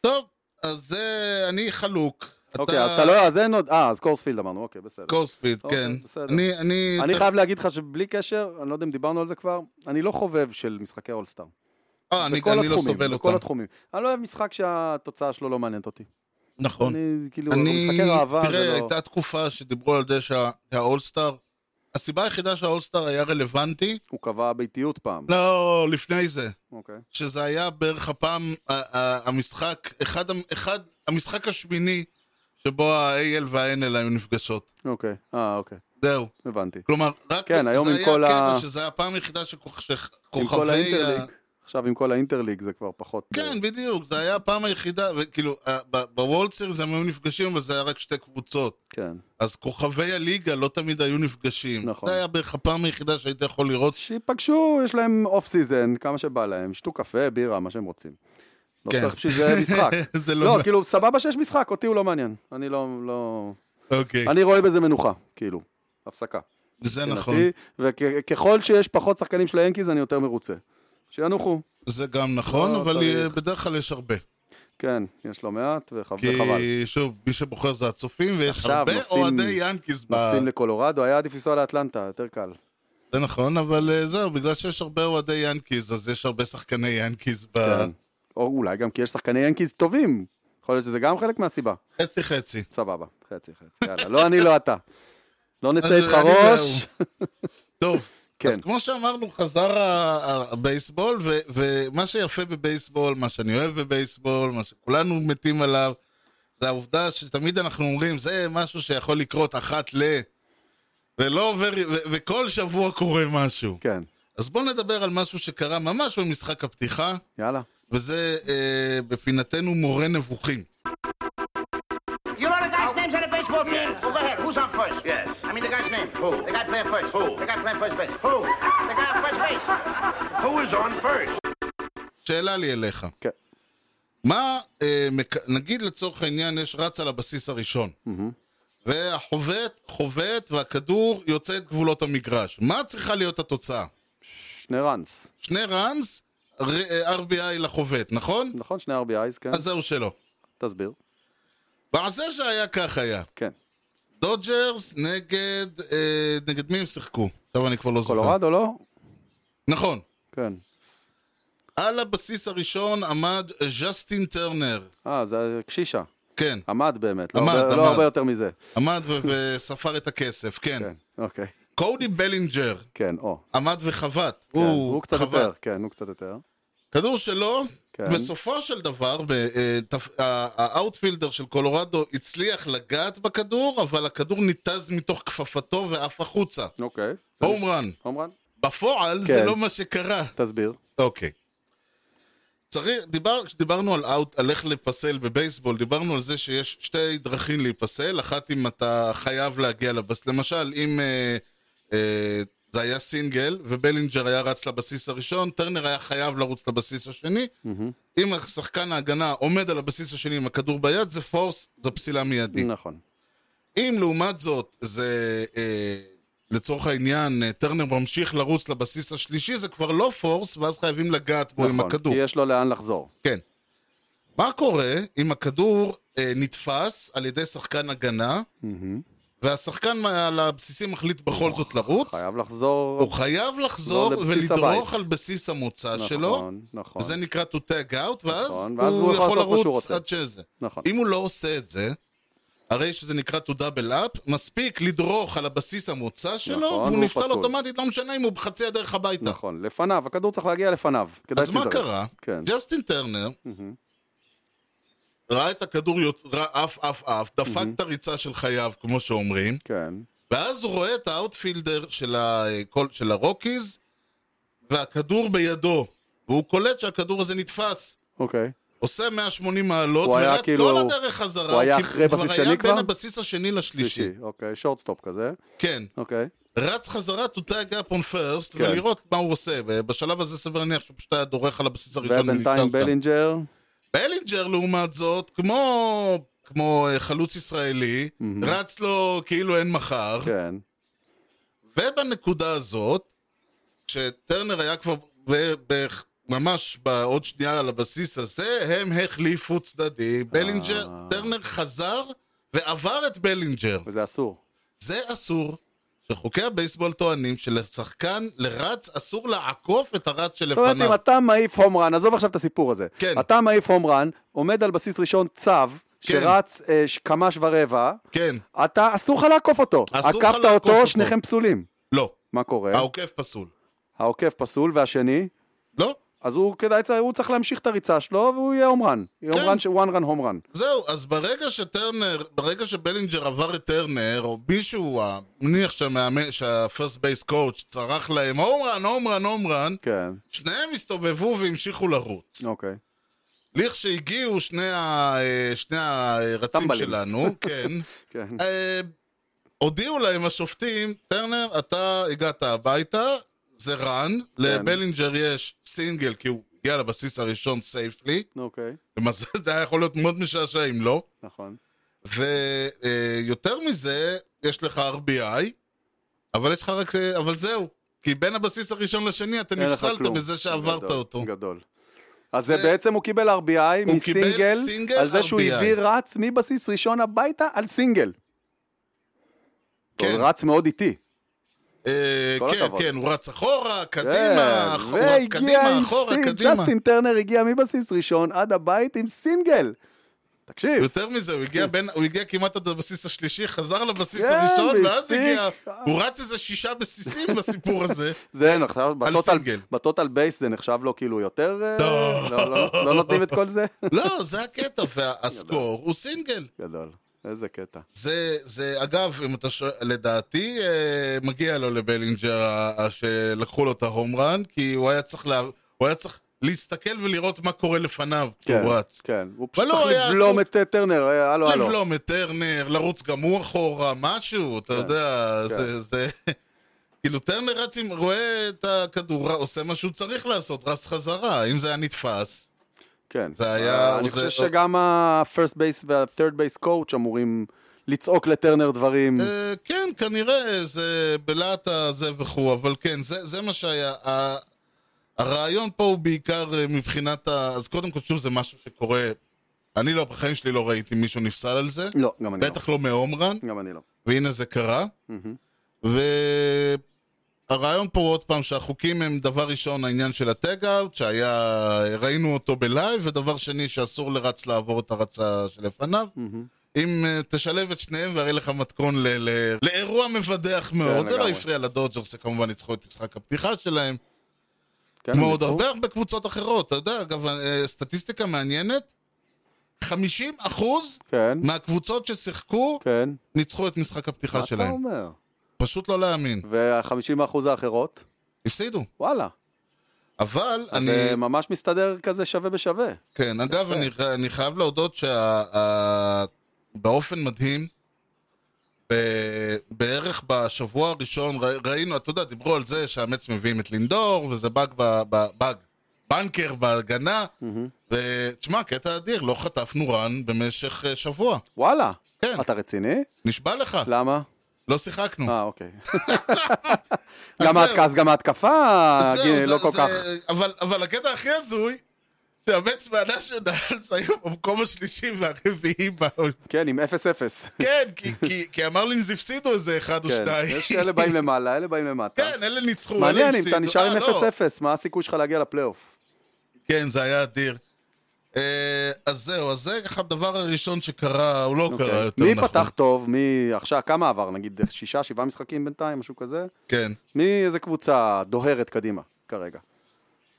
Speaker 1: טוב, אז זה, אני חלוק.
Speaker 2: אוקיי, אז אתה לא יאזן עוד, אה, אז קורספילד אמרנו, אוקיי, בסדר.
Speaker 1: קורספיד,
Speaker 2: אוקיי,
Speaker 1: כן.
Speaker 2: בסדר.
Speaker 1: אני, אני...
Speaker 2: אני
Speaker 1: אתה-
Speaker 2: חייב להגיד לך שבלי קשר, אני לא יודע אם דיברנו על זה כבר, אני לא חובב של משחקי אולסטאר.
Speaker 1: אה, אני,
Speaker 2: בכל
Speaker 1: אני לא
Speaker 2: התחומים,
Speaker 1: סובל
Speaker 2: בכל
Speaker 1: אותם.
Speaker 2: התחומים. אני לא אוהב משחק שהתוצאה שלו לא מעניינת אותי.
Speaker 1: נכון.
Speaker 2: אני, כאילו,
Speaker 1: אני...
Speaker 2: משחקי ראווה זה
Speaker 1: תראה,
Speaker 2: לא...
Speaker 1: הייתה תקופה שדיברו על זה שה- שהאולסטאר... הסיבה היחידה שהאולסטאר היה רלוונטי,
Speaker 2: הוא קבע ביתיות פעם.
Speaker 1: לא, לפני זה.
Speaker 2: אוקיי.
Speaker 1: שזה היה בערך הפעם ה- ה- המשחק, אחד, המ- אחד, המשחק השמיני שבו ה-AL וה-NL היו נפגשות.
Speaker 2: אוקיי. אה, אוקיי.
Speaker 1: זהו.
Speaker 2: הבנתי.
Speaker 1: כלומר, רק
Speaker 2: כן, היום
Speaker 1: זה
Speaker 2: עם
Speaker 1: היה
Speaker 2: כל ה-
Speaker 1: הקטע שזה היה הפעם היחידה שכוכבי...
Speaker 2: עם כל האינטרליג, עכשיו עם כל האינטרליג זה כבר פחות...
Speaker 1: אה- כן, בדיוק, זה היה הפעם היחידה, וכאילו, ה- ב- בוולד סיריס הם היו נפגשים, אבל זה היה רק שתי קבוצות.
Speaker 2: כן.
Speaker 1: אז כוכבי הליגה לא תמיד היו נפגשים.
Speaker 2: נכון.
Speaker 1: זה היה בערך הפעם היחידה שהיית יכול לראות.
Speaker 2: שיפגשו, יש להם אוף סיזן, כמה שבא להם, ישתו קפה, בירה, מה שהם רוצים. לא
Speaker 1: כן.
Speaker 2: צריך בשביל זה משחק.
Speaker 1: זה לא...
Speaker 2: לא, כאילו, סבבה שיש משחק, אותי הוא לא מעניין. אני לא... לא...
Speaker 1: אוקיי,
Speaker 2: אני רואה בזה מנוחה, כאילו, הפסקה.
Speaker 1: זה
Speaker 2: מבחינתי,
Speaker 1: נכון.
Speaker 2: וככל שיש פחות שחקנים של היאנקיז, אני יותר מרוצה. שינוחו.
Speaker 1: זה גם נכון,
Speaker 2: לא
Speaker 1: אבל
Speaker 2: צריך.
Speaker 1: אה, בדרך כלל יש הרבה.
Speaker 2: כן, יש לא מעט, וח- וחבל.
Speaker 1: כי שוב, מי שבוחר זה הצופים, ויש
Speaker 2: עכשיו
Speaker 1: הרבה
Speaker 2: נוסעים-
Speaker 1: אוהדי ינקיס ב...
Speaker 2: נוסעים לקולורדו, היה עדיף לנסוע לאטלנטה, יותר קל.
Speaker 1: זה נכון, אבל אה, זהו, בגלל שיש הרבה אוהדי ינקיז, אז יש הרבה שחקני ינקיז ב...
Speaker 2: כן. או אולי גם כי יש שחקני יאנקיז טובים. יכול להיות שזה גם חלק מהסיבה.
Speaker 1: חצי חצי.
Speaker 2: סבבה, חצי חצי. יאללה, לא אני, לא אתה. לא נצא
Speaker 1: אז
Speaker 2: איתך
Speaker 1: אני
Speaker 2: ראש.
Speaker 1: טוב,
Speaker 2: כן.
Speaker 1: אז כמו שאמרנו, חזר ה- הבייסבול, ו- ומה שיפה בבייסבול, מה שאני אוהב בבייסבול, מה שכולנו מתים עליו, זה העובדה שתמיד אנחנו אומרים, זה משהו שיכול לקרות אחת ל... ולא עובר, ו- וכל שבוע קורה משהו.
Speaker 2: כן,
Speaker 1: אז בואו נדבר על משהו שקרה ממש במשחק הפתיחה,
Speaker 2: יאללה.
Speaker 1: וזה אה, בפינתנו מורה נבוכים.
Speaker 5: You know the guy's names on the baseball team? Well, go ahead. Who's on first? Yes. I mean the guy's name. Who? The guy playing first. Who? The guy playing first base. Who? The guy on first base.
Speaker 6: Who is on first?
Speaker 1: שאלה לי אליך.
Speaker 2: כן.
Speaker 1: מה, אה, מק... נגיד לצורך העניין יש רץ על הבסיס הראשון, והחובט חובט והכדור יוצא את גבולות המגרש. מה צריכה להיות התוצאה?
Speaker 2: שני ראנס.
Speaker 1: שני ראנס, ר... אה, RBI לחובט, נכון?
Speaker 2: נכון? שני RBI's, כן?
Speaker 1: אז זהו שלא.
Speaker 2: תסביר.
Speaker 1: והעשה שהיה כך היה.
Speaker 2: כן.
Speaker 1: דודג'רס נגד... אה, נגד מי הם שיחקו? עכשיו אני כבר לא זוכר.
Speaker 2: קולורדו, לא?
Speaker 1: נכון.
Speaker 2: כן.
Speaker 1: על הבסיס הראשון עמד ז'סטין טרנר.
Speaker 2: אה, זה קשישה.
Speaker 1: כן,
Speaker 2: עמד באמת. לא
Speaker 1: עמד,
Speaker 2: הרבה-
Speaker 1: עמד.
Speaker 2: לא הרבה יותר מזה.
Speaker 1: עמד ו- וספר את הכסף, כן.
Speaker 2: כן, אוקיי.
Speaker 1: קודי בלינג'ר
Speaker 2: כן, או.
Speaker 1: עמד וחבט.
Speaker 2: כן, הוא קצת
Speaker 1: חבט.
Speaker 2: יותר. כן, הוא קצת יותר.
Speaker 1: כדור שלו,
Speaker 2: כן.
Speaker 1: בסופו של דבר, ב- אה, תפ- ה- האאוטפילדר של קולורדו הצליח לגעת בכדור, אבל הכדור ניתז מתוך כפפתו ועף החוצה.
Speaker 2: אוקיי.
Speaker 1: הום רן.
Speaker 2: עומרן?
Speaker 1: בפועל זה
Speaker 2: כן.
Speaker 1: לא מה שקרה.
Speaker 2: תסביר.
Speaker 1: אוקיי. צריך, דיבר, כשדיברנו על אאוט, על איך לפסל בבייסבול, דיברנו על זה שיש שתי דרכים להיפסל, אחת אם אתה חייב להגיע לבס... למשל, אם אה, אה, זה היה סינגל, ובלינג'ר היה רץ לבסיס הראשון, טרנר היה חייב לרוץ לבסיס השני, אם השחקן ההגנה עומד על הבסיס השני עם הכדור ביד, זה פורס, זה פסילה מיידית.
Speaker 2: נכון.
Speaker 1: אם לעומת זאת, זה אה, לצורך העניין, אה, טרנר ממשיך לרוץ לבסיס השלישי, זה כבר לא פורס, ואז חייבים לגעת בו עם
Speaker 2: נכון,
Speaker 1: הכדור.
Speaker 2: כי יש לו לאן לחזור.
Speaker 1: כן. מה קורה אם הכדור אה, נתפס על ידי שחקן הגנה, והשחקן מה- על הבסיסים מחליט בכל זאת לרוץ?
Speaker 2: חייב לחזור.
Speaker 1: הוא חייב לחזור
Speaker 2: לא לבסיס
Speaker 1: ולדרוך
Speaker 2: הבית.
Speaker 1: על בסיס המוצא
Speaker 2: נכון,
Speaker 1: שלו,
Speaker 2: נכון.
Speaker 1: וזה נקרא to tag out, ואז
Speaker 2: נכון, ואז
Speaker 1: הוא יכול
Speaker 2: לעשות מה שהוא
Speaker 1: לרוץ
Speaker 2: רוצה.
Speaker 1: עד שזה.
Speaker 2: נכון.
Speaker 1: אם הוא לא עושה את זה, הרי שזה נקרא to double up, מספיק לדרוך על הבסיס המוצא שלו,
Speaker 2: נכון,
Speaker 1: והוא
Speaker 2: והוא
Speaker 1: נפסל
Speaker 2: פסול.
Speaker 1: אוטומטית, לא משנה אם הוא בחצי הדרך הביתה.
Speaker 2: נכון, לפניו, הכדור צריך להגיע לפניו. כדאי
Speaker 1: אז מה
Speaker 2: שתזרק.
Speaker 1: קרה?
Speaker 2: כן,
Speaker 1: ג'סטין טרנר ראה את הכדור יוצ- ראה עף עף עף, דפק את הריצה של חייו, כמו שאומרים,
Speaker 2: כן,
Speaker 1: ואז הוא רואה את האאוטפילדר של ה- כל- של הרוקיז, והכדור בידו, והוא קולט שהכדור הזה נתפס.
Speaker 2: אוקיי.
Speaker 1: עושה 180 מעלות,
Speaker 2: הוא היה
Speaker 1: ורץ
Speaker 2: כאילו-
Speaker 1: כל הדרך חזרה.
Speaker 2: הוא היה
Speaker 1: כי
Speaker 2: אחרי בסיס
Speaker 1: כבר היה
Speaker 2: שני
Speaker 1: בין
Speaker 2: כבר?
Speaker 1: הבסיס השני לשלישי.
Speaker 2: שלישי, אוקיי, שורטסטופ כזה,
Speaker 1: כן.
Speaker 2: אוקיי.
Speaker 1: רץ חזרה to tag up on first,
Speaker 2: כן.
Speaker 1: ולראות מה הוא עושה. ובשלב הזה סביר להניח שהוא פשוט היה דורך על הבסיס הראשון.
Speaker 2: ובינתיים
Speaker 1: ונשאר שם.
Speaker 2: בלינג'ר,
Speaker 1: בלינג'ר, לעומת זאת, כמו, כמו אה, חלוץ ישראלי, רץ לו כאילו אין מחר.
Speaker 2: כן,
Speaker 1: ובנקודה הזאת, כשטרנר היה כבר ב- ב- ממש בעוד שנייה על הבסיס הזה, הם החליפו צדדי. בלינג'ר, טרנר חזר ועבר את בלינג'ר.
Speaker 2: וזה אסור.
Speaker 1: זה אסור. שחוקי הבייסבול טוענים שלשחקן, לרץ, אסור לעקוף את הרץ
Speaker 2: זאת אומרת, אם
Speaker 1: שלפניו.
Speaker 2: אתה מעיף הום רן, עזוב עכשיו את הסיפור הזה.
Speaker 1: כן.
Speaker 2: אתה מעיף הום רן, עומד על בסיס ראשון צב, שרץ אה, ש- קמ"ש ורבע,
Speaker 1: כן,
Speaker 2: אתה, אסור לך לעקוף אותו.
Speaker 1: אסור לך
Speaker 2: עקפת
Speaker 1: לעקוף אותו.
Speaker 2: אותו, שניכם פסולים.
Speaker 1: לא.
Speaker 2: מה קורה?
Speaker 1: העוקף פסול.
Speaker 2: העוקף פסול, והשני?
Speaker 1: לא?
Speaker 2: אז הוא כדאי, צ- הוא צריך להמשיך את הריצה שלו, והוא יהיה הומרן. יהיה
Speaker 1: כן.
Speaker 2: הומרן, one run home run.
Speaker 1: זהו, אז ברגע שטרנר, ברגע שבלינג'ר עבר את טרנר, או מישהו, ה- מניח שהמאמן, שהפרסט בייס קואוץ' צרח להם, הומרן, הומרן, הומרן,
Speaker 2: כן,
Speaker 1: שניהם הסתובבו והמשיכו לרוץ.
Speaker 2: אוקיי.
Speaker 1: לכשהגיעו שני, ה... אה, שני הרצים
Speaker 2: טמבלים.
Speaker 1: שלנו, כן,
Speaker 2: כן.
Speaker 1: אה, הודיעו להם השופטים, טרנר, אתה הגעת הביתה, זה רן, לבלינג'ר יש סינגל, כי הוא הגיע לבסיס הראשון סייפלי,
Speaker 2: אוקיי,
Speaker 1: למעשה זה היה יכול להיות מאוד משעשע אם לא.
Speaker 2: נכון.
Speaker 1: ויותר מזה, יש לך RBI, אבל יש לך רק... אה, אבל זהו. כי בין הבסיס הראשון לשני אתה
Speaker 2: אין לך
Speaker 1: נפסלת
Speaker 2: כלום.
Speaker 1: בזה שעברת
Speaker 2: גדול,
Speaker 1: אותו.
Speaker 2: גדול. אז זה
Speaker 1: זה-
Speaker 2: בעצם הוא קיבל RBI
Speaker 1: הוא קיבל
Speaker 2: מסינגל,
Speaker 1: סינגל
Speaker 2: על זה שהוא
Speaker 1: RBI.
Speaker 2: הביא רץ מבסיס ראשון הביתה על סינגל.
Speaker 1: כן.
Speaker 2: הוא רץ מאוד איטי.
Speaker 1: אה,
Speaker 2: כל
Speaker 1: כן,
Speaker 2: הכבוד.
Speaker 1: כן, הוא רץ אחורה, קדימה,
Speaker 2: כן,
Speaker 1: אח- הוא רץ
Speaker 2: והגיע
Speaker 1: קדימה,
Speaker 2: עם
Speaker 1: אחורה,
Speaker 2: סינג-
Speaker 1: קדימה.
Speaker 2: ג'סטין טרנר הגיע מבסיס ראשון עד הבית עם סינגל. תקשיב.
Speaker 1: יותר מזה, הוא הגיע, בין, הוא הגיע כמעט עד הבסיס השלישי, חזר לבסיס
Speaker 2: כן,
Speaker 1: הראשון, ואז
Speaker 2: והספיק.
Speaker 1: הגיע... הוא רץ איזה שישה בסיסים בסיפור הזה.
Speaker 2: זה נחשב, בטוטל,
Speaker 1: סינגל.
Speaker 2: בטוטל בייס זה נחשב לו כאילו יותר, אה,
Speaker 1: לא.
Speaker 2: לא, לא, לא נותנים את כל זה?
Speaker 1: לא, זה הקטע, והסקור הוא סינגל.
Speaker 2: גדול, איזה קטע.
Speaker 1: זה, זה, אגב, אם אתה שואל, לדעתי, אה, מגיע לו לבלינג'ר ה- ה- שלקחו לו את ההום רן, כי הוא היה צריך, לה, הוא היה צריך להסתכל ולראות מה קורה לפניו כשהוא
Speaker 2: כן,
Speaker 1: רץ.
Speaker 2: כן, הוא פשוט
Speaker 1: אבל הוא
Speaker 2: צריך
Speaker 1: היה
Speaker 2: לבלום
Speaker 1: עסוק. לא.
Speaker 2: את אה, טרנר, אה, הלו הלו.
Speaker 1: לבלום את טרנר, לרוץ גם הוא אחורה, משהו,
Speaker 2: כן.
Speaker 1: אתה יודע, זה... זה... כאילו, טרנר רץ עם, רואה את הכדור, עושה מה שהוא צריך לעשות, רץ חזרה. אם זה היה נתפס,
Speaker 2: כן.
Speaker 1: זה היה-
Speaker 2: אה,
Speaker 1: הוא
Speaker 2: אני
Speaker 1: זה-
Speaker 2: חושב שגם ה-first base וה-third base coach אמורים לצעוק לטרנר דברים.
Speaker 1: אה, כן, כנראה זה בלהט הזה וכו', אבל כן, זה, זה מה שהיה. ה, הרעיון פה הוא בעיקר אה, מבחינת ה... אז קודם כל, שוב, זה משהו שקורה. אני לא, בחיים שלי לא ראיתי מישהו נפסל על זה.
Speaker 2: לא, גם אני לא.
Speaker 1: בטח לא מהומרן,
Speaker 2: גם אני לא.
Speaker 1: והנה זה קרה.
Speaker 2: מהמם.
Speaker 1: והרעיון פה הוא עוד פעם שהחוקים הם דבר ראשון העניין של הטאג-אאוט, שהיה, ראינו אותו בלייב, ודבר שני שאסור לרץ לעבור את הרצה שלפניו.
Speaker 2: מהמם.
Speaker 1: אם אה, תשלב את שניהם והרי לך מתכון ל- ל- לאירוע מבדח מאוד, זה לא
Speaker 2: כן, לגמרי.
Speaker 1: הפריע לדודג'רס שכמובן ניצחו את משחק הפתיחה שלהם,
Speaker 2: כן,
Speaker 1: כמו
Speaker 2: אני
Speaker 1: עוד
Speaker 2: פה.
Speaker 1: הרבה הרבה קבוצות אחרות, אתה יודע, אגב, אה, סטטיסטיקה מעניינת, 50%
Speaker 2: כן,
Speaker 1: מהקבוצות ששיחקו
Speaker 2: כן.
Speaker 1: ניצחו את משחק הפתיחה
Speaker 2: מה אתה
Speaker 1: שלהם,
Speaker 2: אומר?
Speaker 1: פשוט לא להאמין,
Speaker 2: וה-50% האחרות?
Speaker 1: הפסידו.
Speaker 2: וואלה.
Speaker 1: אבל
Speaker 2: אני...
Speaker 1: אני,
Speaker 2: זה ממש מסתדר כזה שווה בשווה.
Speaker 1: כן, אגב,
Speaker 2: יפה.
Speaker 1: אני, אני חייב להודות שבאופן מדהים, ב- בערך בשבוע הראשון ר- ראינו, אתה יודע, דיברו על זה שהמץ מביאים את לינדור, וזה באג, ב- ב- באג, בנקר בהגנה, ותשמע, קטע אדיר, לא חטפנו רן במשך אה, שבוע,
Speaker 2: וואלה.
Speaker 1: כן.
Speaker 2: אתה רציני?
Speaker 1: נשבע לך,
Speaker 2: למה?
Speaker 1: לא שיחקנו.
Speaker 2: אה, אוקיי.
Speaker 1: אז
Speaker 2: גם
Speaker 1: זהו.
Speaker 2: ההתק- אז גם ההתקפה
Speaker 1: זהו,
Speaker 2: גיל,
Speaker 1: זה-
Speaker 2: לא כל
Speaker 1: זה-
Speaker 2: כך...
Speaker 1: אבל, אבל הקטע הכי הזוי, שהמץ והנאשונלס היו במקום השלישי והרביעי בעולם.
Speaker 2: כן, עם 0-0.
Speaker 1: כן, כי, כי, כי המרלינס הפסידו איזה אחד או
Speaker 2: כן,
Speaker 1: שניים.
Speaker 2: יש אלה באים למעלה, אלה באים למטה.
Speaker 1: כן, אלה ניצחו, אלה
Speaker 2: מעניין אם
Speaker 1: הפסידו.
Speaker 2: אתה נשאר
Speaker 1: אה,
Speaker 2: עם
Speaker 1: לא.
Speaker 2: 0-0, מה הסיכוי שלך להגיע לפלייאוף?
Speaker 1: כן, זה היה אדיר. אה, אז זהו, אז זה ככה הדבר הראשון שקרה, הוא לא קרה
Speaker 2: אוקיי.
Speaker 1: יותר
Speaker 2: מי
Speaker 1: נכון.
Speaker 2: פתח טוב? מי... עכשיו, כמה עבר? נגיד שישה, שבעה משחקים בינתיים, משהו כזה?
Speaker 1: כן.
Speaker 2: מי איזה קבוצה דוהרת קדימה כרגע?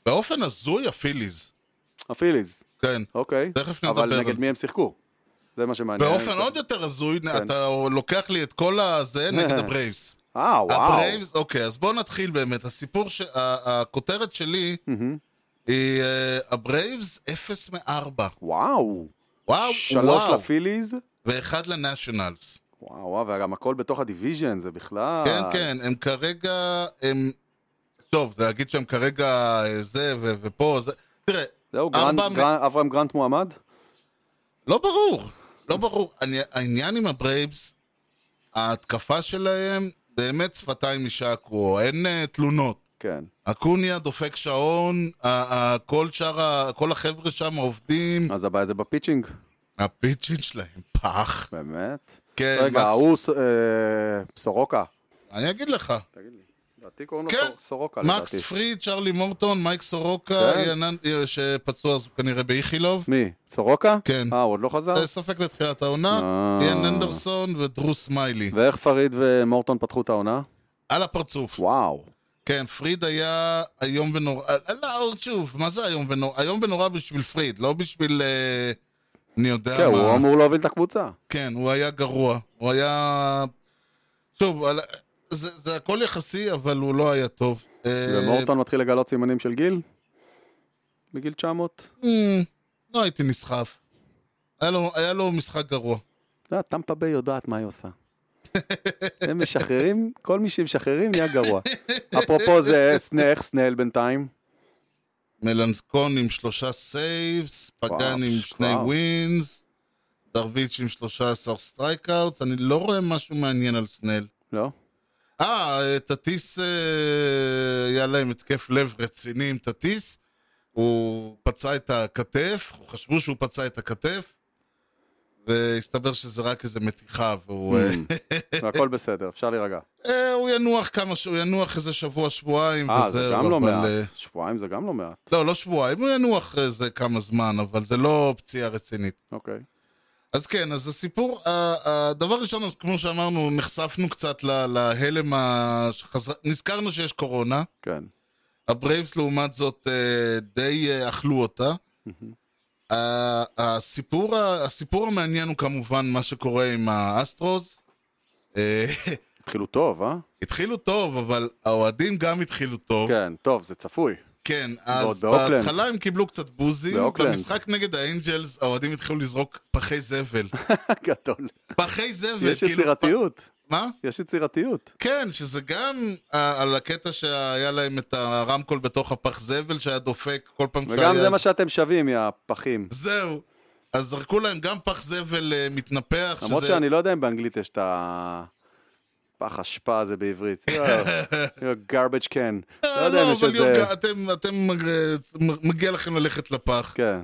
Speaker 1: באופן הזוי, הפיליז.
Speaker 2: הפיליז,
Speaker 1: כן.
Speaker 2: אוקיי.
Speaker 1: תכף נדבר
Speaker 2: אבל
Speaker 1: על
Speaker 2: נגד
Speaker 1: זה.
Speaker 2: מי הם שיחקו? זה מה שמעניין.
Speaker 1: באופן עוד יותר הזוי,
Speaker 2: כן.
Speaker 1: אתה לוקח לי את כל הזה נגד הברייבס.
Speaker 2: אה, וואו.
Speaker 1: הברייבס, אוקיי, אז בואו נתחיל באמת. הסיפור, ש- ה- הכותרת שלי
Speaker 2: מהמם.
Speaker 1: היא אה, הברייבס 0 מ-4.
Speaker 2: וואו.
Speaker 1: וואו,
Speaker 2: שלוש
Speaker 1: וואו.
Speaker 2: לפיליז.
Speaker 1: ואחד לנשיונלס.
Speaker 2: וואו, וואו, וגם הכל בתוך הדיוויז'ן, זה בכלל...
Speaker 1: כן, כן, הם כרגע, הם... טוב, זה להגיד שהם כרגע אה, זה ו- ופה, זה... תראה,
Speaker 2: זהו,
Speaker 1: ארבע
Speaker 2: גרנט,
Speaker 1: מ-
Speaker 2: גרנט, אברהם גרנט מועמד?
Speaker 1: לא ברור, לא ברור. אני, העניין עם הברייבס, ההתקפה שלהם, באמת שפתיים יישקו, אין אה, תלונות.
Speaker 2: כן.
Speaker 1: אקוניה דופק שעון, ה- ה- כל שאר, ה- כל החבר'ה שם עובדים,
Speaker 2: אז הבעיה זה בפיצ'ינג,
Speaker 1: הפיצ'ין שלהם פח.
Speaker 2: באמת.
Speaker 1: כן,
Speaker 2: רגע,
Speaker 1: מקס-
Speaker 2: ההוא ס- אה, סורוקה.
Speaker 1: אני אגיד לך.
Speaker 2: תגיד לי. לדעתי קוראים לו
Speaker 1: כן.
Speaker 2: סור- סורוקה,
Speaker 1: מקס
Speaker 2: לדעתי.
Speaker 1: פריד, צ'רלי מורטון, מייק סורוקה,
Speaker 2: כן.
Speaker 1: ינן- אה, שפצוע אז הוא כנראה באיכילוב.
Speaker 2: מי? סורוקה?
Speaker 1: כן.
Speaker 2: אה, הוא עוד לא חזר?
Speaker 1: אה, ספק לתחילת העונה,
Speaker 2: אה.
Speaker 1: איאן אנדרסון ודרו סמיילי.
Speaker 2: ואיך פריד ומורטון פתחו את העונה?
Speaker 1: על הפרצוף.
Speaker 2: וואו.
Speaker 1: כן, פריד היה איום ונורא... אה, לא, שוב, מה זה איום ונורא? איום ונורא בשביל פריד, לא בשביל... אה, אני יודע
Speaker 2: כן,
Speaker 1: מה.
Speaker 2: הוא אמור להוביל את הקבוצה.
Speaker 1: כן, הוא היה גרוע. הוא היה... שוב, על... זה, זה הכל יחסי, אבל הוא לא היה טוב. אה,
Speaker 2: ומורטון מתחיל לגלות סימנים של גיל? בגיל 900?
Speaker 1: אמ, לא הייתי נסחף. היה לו, היה לו משחק גרוע.
Speaker 2: אתה יודע, טמפה ביי יודעת מה היא עושה. הם משחררים, כל מי שמשחררים נהיה גרוע. אפרופו זה, סנה- איך סנאל בינתיים?
Speaker 1: מלנסקון עם שלושה סייבס, פגן
Speaker 2: וואו,
Speaker 1: עם שני
Speaker 2: וואו.
Speaker 1: ווינס, דרוויץ' עם 13 סטרייקאוטס, אני לא רואה משהו מעניין על סנאל.
Speaker 2: לא?
Speaker 1: אה, טטיס, אה, היה להם התקף לב רציני עם טטיס, הוא פצע את הכתף, חשבו שהוא פצע את הכתף, והסתבר שזה רק איזה מתיחה, והוא...
Speaker 2: Mm.
Speaker 1: אה,
Speaker 2: והכל בסדר, אפשר להירגע.
Speaker 1: אה, הוא ינוח כמה, ש- הוא ינוח איזה שבוע, שבועיים,
Speaker 2: אה, זה
Speaker 1: וזהו,
Speaker 2: גם לא
Speaker 1: אבל,
Speaker 2: מעט.
Speaker 1: אה,
Speaker 2: שבועיים זה גם לא מעט.
Speaker 1: לא, לא שבועיים, הוא ינוח איזה כמה זמן, אבל זה לא פציעה רצינית.
Speaker 2: אוקיי.
Speaker 1: אז כן, אז הסיפור, ה- הדבר ראשון, אז כמו שאמרנו, נחשפנו קצת ל- להלם, ה- שחזר- נזכרנו שיש קורונה,
Speaker 2: כן.
Speaker 1: הברייבס לעומת זאת אה, די אה, אכלו אותה. ה- הסיפור, ה- הסיפור המעניין הוא כמובן מה שקורה עם האסטרוס. אה,
Speaker 2: התחילו טוב, אה?
Speaker 1: התחילו טוב, אבל האוהדים גם התחילו טוב.
Speaker 2: כן, טוב, זה צפוי.
Speaker 1: כן, אז
Speaker 2: באוקלנד.
Speaker 1: בהתחלה הם קיבלו קצת בוזים,
Speaker 2: באוקלנד.
Speaker 1: במשחק נגד האנג'לס האוהדים התחילו לזרוק פחי זבל.
Speaker 2: גדול.
Speaker 1: פחי זבל, כאילו,
Speaker 2: יש יצירתיות.
Speaker 1: פ- מה?
Speaker 2: יש יצירתיות.
Speaker 1: כן, שזה גם אה, על הקטע שהיה להם את הרמקול בתוך הפח זבל שהיה דופק כל פעם
Speaker 2: וגם זה מה שאתם שווים, יא פחים.
Speaker 1: זהו. אז זרקו להם גם פח זבל אה, מתנפח,
Speaker 2: למרות
Speaker 1: שזה...
Speaker 2: שאני לא יודע אם באנגלית יש את ה... פח אשפה הזה בעברית. garbage can. לא
Speaker 1: אה,
Speaker 2: יודע אם
Speaker 1: לא,
Speaker 2: יש
Speaker 1: אבל
Speaker 2: איזה...
Speaker 1: יוגה, אתם, אתם, אה, מגיע לכם ללכת לפח.
Speaker 2: כן.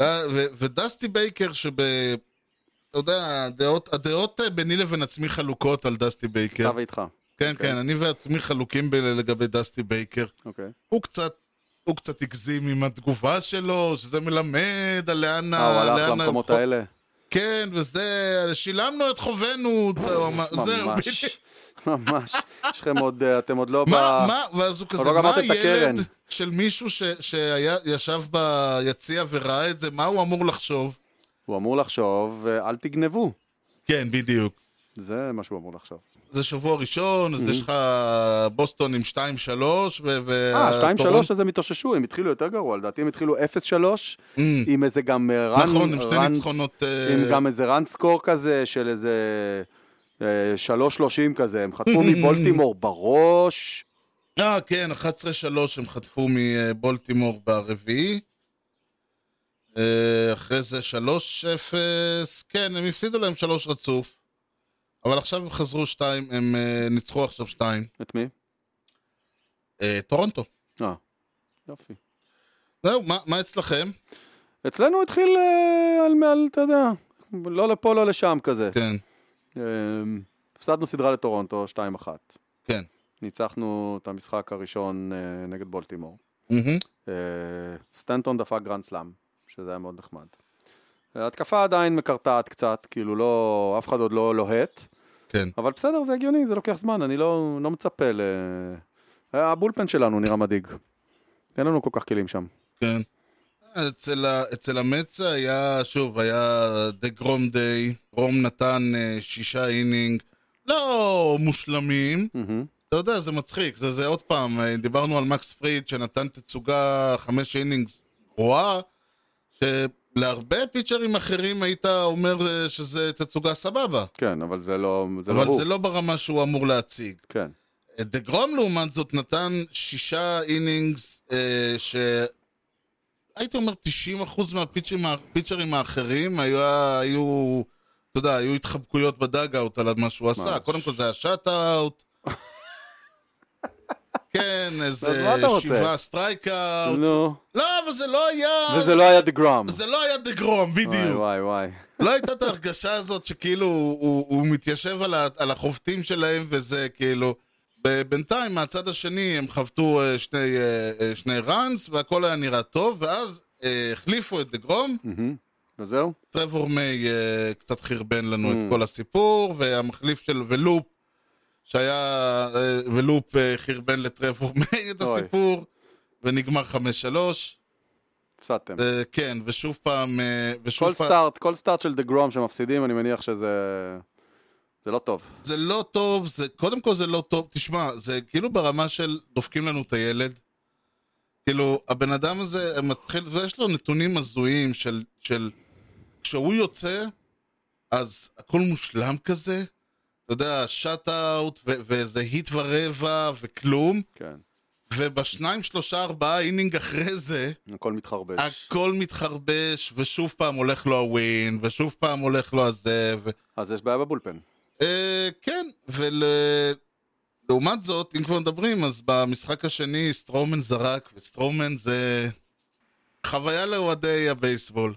Speaker 1: אה, ו- ודסטי בייקר שב... אתה יודע, הדעות, הדעות אה, ביני לבין עצמי חלוקות על דסטי בייקר.
Speaker 2: אתה אוקיי. ואיתך.
Speaker 1: כן, כן, אני ועצמי חלוקים ב- לגבי דסטי בייקר.
Speaker 2: אוקיי.
Speaker 1: הוא קצת, הוא קצת הגזים עם התגובה שלו, שזה מלמד על לאן...
Speaker 2: אה, הוא הלך
Speaker 1: לאן
Speaker 2: למקומות
Speaker 1: הרחוב-
Speaker 2: האלה?
Speaker 1: כן, וזה, שילמנו את חובנו, הוא אמר- זהו, בדיוק.
Speaker 2: ממש. ממש. יש לכם עוד... אה, אתם עוד לא ב...
Speaker 1: מה, מה, ואז הוא כזה,
Speaker 2: לא
Speaker 1: מה
Speaker 2: גמרת את הקרן.
Speaker 1: הילד של מישהו ש- שישב ביציע וראה את זה, מה הוא אמור לחשוב?
Speaker 2: הוא אמור לחשוב, אה, אל תגנבו.
Speaker 1: כן, בדיוק.
Speaker 2: זה מה שהוא אמור לחשוב.
Speaker 1: זה שבוע ראשון,
Speaker 2: Mm-hmm.
Speaker 1: אז יש לך בוסטון עם 2-3, ו...
Speaker 2: אה,
Speaker 1: והטורונ-
Speaker 2: 2-3 אז הם התאוששו, הם התחילו יותר גרוע, לדעתי הם התחילו 0-3, עם איזה גם אה, רן...
Speaker 1: Mm. נכון, עם שני
Speaker 2: רן-
Speaker 1: ניצחונות... אה,
Speaker 2: עם גם איזה רן סקור כזה של איזה אה, 3-30 כזה, הם חטפו מבולטימור בראש,
Speaker 1: אה, כן, 11-3 הם חטפו מבולטימור ברביעי. אה, אחרי זה 3-0, כן, הם הפסידו להם 3 רצוף. אבל עכשיו הם חזרו 2, הם אה, ניצחו עכשיו 2.
Speaker 2: את מי?
Speaker 1: אה, טורונטו.
Speaker 2: אה, יופי.
Speaker 1: זהו, מה, מה אצלכם?
Speaker 2: אצלנו התחיל אה, על מעל, אתה יודע, לא לפה לא לשם כזה.
Speaker 1: כן,
Speaker 2: אה, הפסדנו סדרה לטורונטו, 2-1.
Speaker 1: כן.
Speaker 2: ניצחנו את המשחק הראשון אה, נגד בולטימור.
Speaker 1: מהמם.
Speaker 2: אה, סטנטון דפק גרנד סלאם, שזה היה מאוד נחמד. ההתקפה עדיין מקרטעת קצת, כאילו לא, אף אחד עוד לא לוהט,
Speaker 1: כן.
Speaker 2: אבל בסדר, זה הגיוני, זה לוקח זמן, אני לא, לא מצפה ל... הבולפן שלנו נראה מדאיג. אין לנו כל כך כלים שם.
Speaker 1: כן. אצל, ה- אצל המצע היה, שוב, היה דגרום דיי, רום נתן אה, שישה אינינג, לא מושלמים.
Speaker 2: מהמם.
Speaker 1: אתה יודע, זה מצחיק, זה, זה עוד פעם, אה, דיברנו על מקס פריד שנתן תצוגה חמש אינינגס גרועה, שלהרבה פיצ'רים אחרים היית אומר אה, שזה תצוגה סבבה,
Speaker 2: כן, אבל זה לא, זה לא
Speaker 1: אבל
Speaker 2: הוא.
Speaker 1: זה לא ברמה שהוא אמור להציג.
Speaker 2: כן.
Speaker 1: דה גרום לעומת זאת נתן שישה אינינגס אה, ש... הייתי אומר 90% מהפיצ'רים הפיצ'רים האחרים היה, היו, אתה יודע, היו התחבקויות בדאג-אאוט על מה שהוא עשה.
Speaker 2: ממש.
Speaker 1: קודם כל זה היה שאט-אאוט. כן, איזה
Speaker 2: מה אתה רוצה?
Speaker 1: שבעה סטרייק-אאוט.
Speaker 2: נו,
Speaker 1: לא, אבל זה לא היה...
Speaker 2: וזה לא היה דה גראם.
Speaker 1: זה לא היה דה גרום,
Speaker 2: וואי
Speaker 1: בדיוק.
Speaker 2: וואי וואי.
Speaker 1: לא הייתה את ההרגשה הזאת שכאילו הוא, הוא, הוא מתיישב על, ה, על החובטים שלהם וזה כאילו... ב- בינתיים מהצד השני הם חבטו אה, שני, אה, אה, שני ראנס והכל היה נראה טוב ואז אה, החליפו את דגרום,
Speaker 2: מהמם. וזהו? Mm.
Speaker 1: טרוור מיי אה, קצת חרבן לנו את כל הסיפור והמחליף של ולופ שהיה, אה, ולופ אה, חרבן לטרבור מאיר את
Speaker 2: אוי.
Speaker 1: הסיפור, ונגמר 5-3.
Speaker 2: הפסדתם.
Speaker 1: אה, כן, ושוב פעם, אה, ושוב
Speaker 2: כל
Speaker 1: פעם,
Speaker 2: סטארט, כל סטארט של דה גרום שמפסידים, אני מניח שזה... זה לא טוב.
Speaker 1: זה לא טוב, זה, קודם כל זה לא טוב, תשמע, זה כאילו ברמה של דופקים לנו את הילד. כאילו, הבן אדם הזה מתחיל, ויש לו נתונים הזויים של, של כשהוא יוצא, אז הכל מושלם כזה. אתה יודע, שאט אאוט, ואיזה היט ורבע, וכלום.
Speaker 2: כן.
Speaker 1: ובשניים, שלושה, ארבעה אינינג אחרי זה,
Speaker 2: הכל מתחרבש.
Speaker 1: הכל מתחרבש, ושוב פעם הולך לו הווין, ושוב פעם הולך לו הזה, ו...
Speaker 2: אז יש בעיה בבולפן.
Speaker 1: אה, כן, ולעומת לעומת זאת, אם כבר מדברים, אז במשחק השני סטרומן זרק, וסטרומן זה חוויה לאוהדי הבייסבול.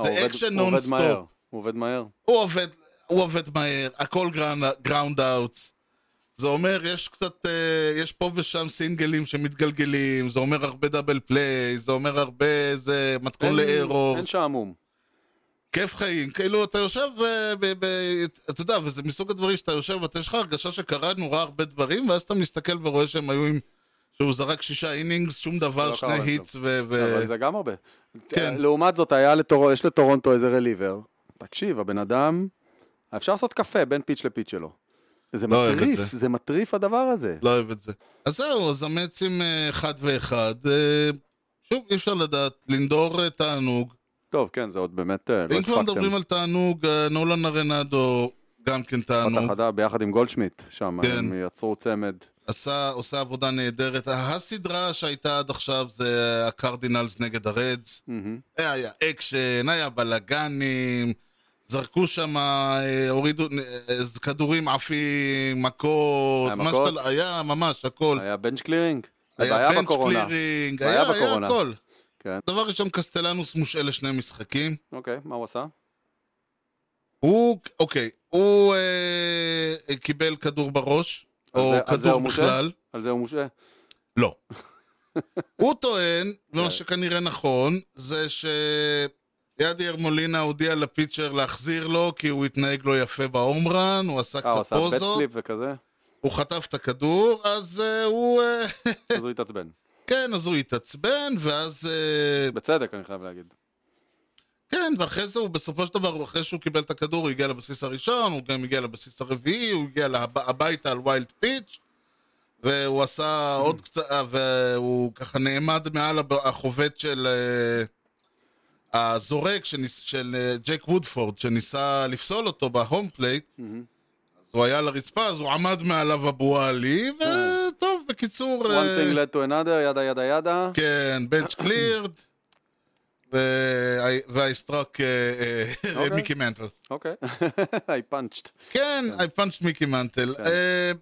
Speaker 2: אה, הוא עובד-
Speaker 1: action
Speaker 2: הוא עובד
Speaker 1: non-stop.
Speaker 2: מהר. הוא עובד מהר.
Speaker 1: הוא עובד, הוא עובד מהר, הכל גראונד אאוטס. זה אומר, יש קצת, אה, יש פה ושם סינגלים שמתגלגלים, זה אומר הרבה דאבל פליי, זה אומר הרבה, זה מתכון
Speaker 2: אין-
Speaker 1: לארור.
Speaker 2: אין שעמום.
Speaker 1: כיף חיים, כאילו אתה יושב, אה, ב, ב, אתה יודע, וזה מסוג הדברים שאתה יושב ואתה יש לך הרגשה שקרה נורא הרבה דברים, ואז אתה מסתכל ורואה שהם היו עם, שהוא זרק שישה אינינגס, שום דבר,
Speaker 2: לא
Speaker 1: שני
Speaker 2: קרה להם
Speaker 1: היטס ו... ו...
Speaker 2: אבל זה גם הרבה.
Speaker 1: אה, כן.
Speaker 2: לעומת זאת, היה לטור... יש לטורונטו איזה רליבר. תקשיב, הבן אדם... אפשר לעשות קפה בין פיץ' לפיץ' שלו. זה
Speaker 1: לא אוהב את
Speaker 2: מטריף,
Speaker 1: זה.
Speaker 2: זה מטריף הדבר הזה.
Speaker 1: לא אוהב את זה. אז זהו, אז המאצים אה, אחד ואחד. אה, שוב, אי אפשר לדעת, לינדור אה, תענוג.
Speaker 2: טוב, כן, זה עוד באמת, אה, לא
Speaker 1: אם כבר
Speaker 2: הספקתם.
Speaker 1: מדברים על תענוג, אה, נולן ארנדו גם כן
Speaker 2: פתח
Speaker 1: תענוג.
Speaker 2: חדה ביחד עם גולדשמיט, שם
Speaker 1: כן.
Speaker 2: הם יצרו צמד.
Speaker 1: עשה, עושה עבודה נהדרת. הסדרה שהייתה עד עכשיו זה אה, הקרדינלס נגד הרדס.
Speaker 2: מהמם.
Speaker 1: היה אקשן, היה בלאגנים, זרקו שם, הורידו אה, כדורים עפים, מכות,
Speaker 2: היה
Speaker 1: מה
Speaker 2: מכות?
Speaker 1: שאתה... לא, היה ממש, הכל.
Speaker 2: היה בנץ' קלירינג? זה
Speaker 1: היה
Speaker 2: בעיה
Speaker 1: בנץ'
Speaker 2: בקורונה.
Speaker 1: קלירינג,
Speaker 2: בעיה
Speaker 1: היה, היה
Speaker 2: בקורונה.
Speaker 1: הכל.
Speaker 2: כן.
Speaker 1: דבר ראשון, קסטלנוס מושעה לשני משחקים.
Speaker 2: אוקיי, מה הוא עשה?
Speaker 1: הוא, אוקיי, הוא אה, קיבל כדור בראש,
Speaker 2: על
Speaker 1: או
Speaker 2: זה- על זה
Speaker 1: כדור
Speaker 2: הוא מושעה?
Speaker 1: בכלל.
Speaker 2: על זה הוא אה, מושעה.
Speaker 1: לא. הוא טוען, ומה
Speaker 2: כן.
Speaker 1: שכנראה נכון, זה שידיאר מולינה הודיע לפיצ'ר להחזיר לו, כי הוא התנהג לו יפה בהומרן, הוא עשה
Speaker 2: אה, הוא
Speaker 1: קצת
Speaker 2: עשה בט
Speaker 1: פוזות,
Speaker 2: סליפ וכזה,
Speaker 1: הוא חטף את הכדור, אז אה, הוא... אה,
Speaker 2: אז הוא התעצבן.
Speaker 1: כן, אז הוא התעצבן, ואז... אה,
Speaker 2: בצדק, אני חייב להגיד.
Speaker 1: כן, ואחרי זה הוא בסופו של דבר, אחרי שהוא קיבל את הכדור, הוא הגיע לבסיס הראשון, הוא גם הגיע לבסיס הרביעי, הוא הגיע להב- הביתה על ויילד פיץ', והוא עשה עוד קצת, אה, והוא ככה נעמד מעל הב- החובט של אה, הזורק שניס, של אה, ג'ק וודפורד, שניסה לפסול אותו בהום פלייט, אז הוא היה על הרצפה, אז הוא עמד מעליו אבו עלי, וטוב, בקיצור...
Speaker 2: כן. one
Speaker 1: אה,
Speaker 2: thing led to another, ידה ידה ידה.
Speaker 1: כן, בנץ' קלירד, והאסטרוק אה,
Speaker 2: אוקיי.
Speaker 1: מיקי מנטל.
Speaker 2: אוקיי, I punched.
Speaker 1: כן, I punched מיקי מנטל.
Speaker 2: כן.
Speaker 1: אה,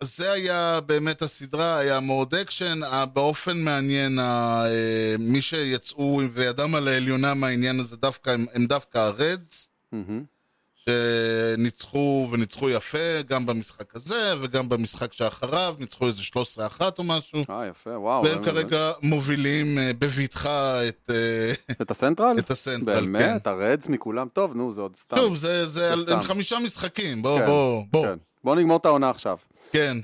Speaker 1: זה היה באמת הסדרה, היה מאוד אקשן. אה, באופן מעניין, ה- אה, מי שיצאו וידם על העליונה מהעניין הזה דווקא, הם- הם דווקא הרדס,
Speaker 2: מהמם.
Speaker 1: שניצחו וניצחו יפה, גם במשחק הזה וגם במשחק שאחריו, ניצחו איזה 13-1 או משהו.
Speaker 2: אה, אוקיי. יפה, וואו.
Speaker 1: והם
Speaker 2: באמת.
Speaker 1: כרגע מובילים אה, בבטחה את... אה,
Speaker 2: את הסנטרל?
Speaker 1: את הסנטרל, כן.
Speaker 2: באמת? הרדס מכולם? טוב, נו, זה עוד סתם.
Speaker 1: שוב, זה, לא. זה על,
Speaker 2: סתם.
Speaker 1: הם חמישה משחקים, בוא,
Speaker 2: כן,
Speaker 1: בוא, בוא,
Speaker 2: כן. בוא נגמור את העונה עכשיו.
Speaker 1: כן.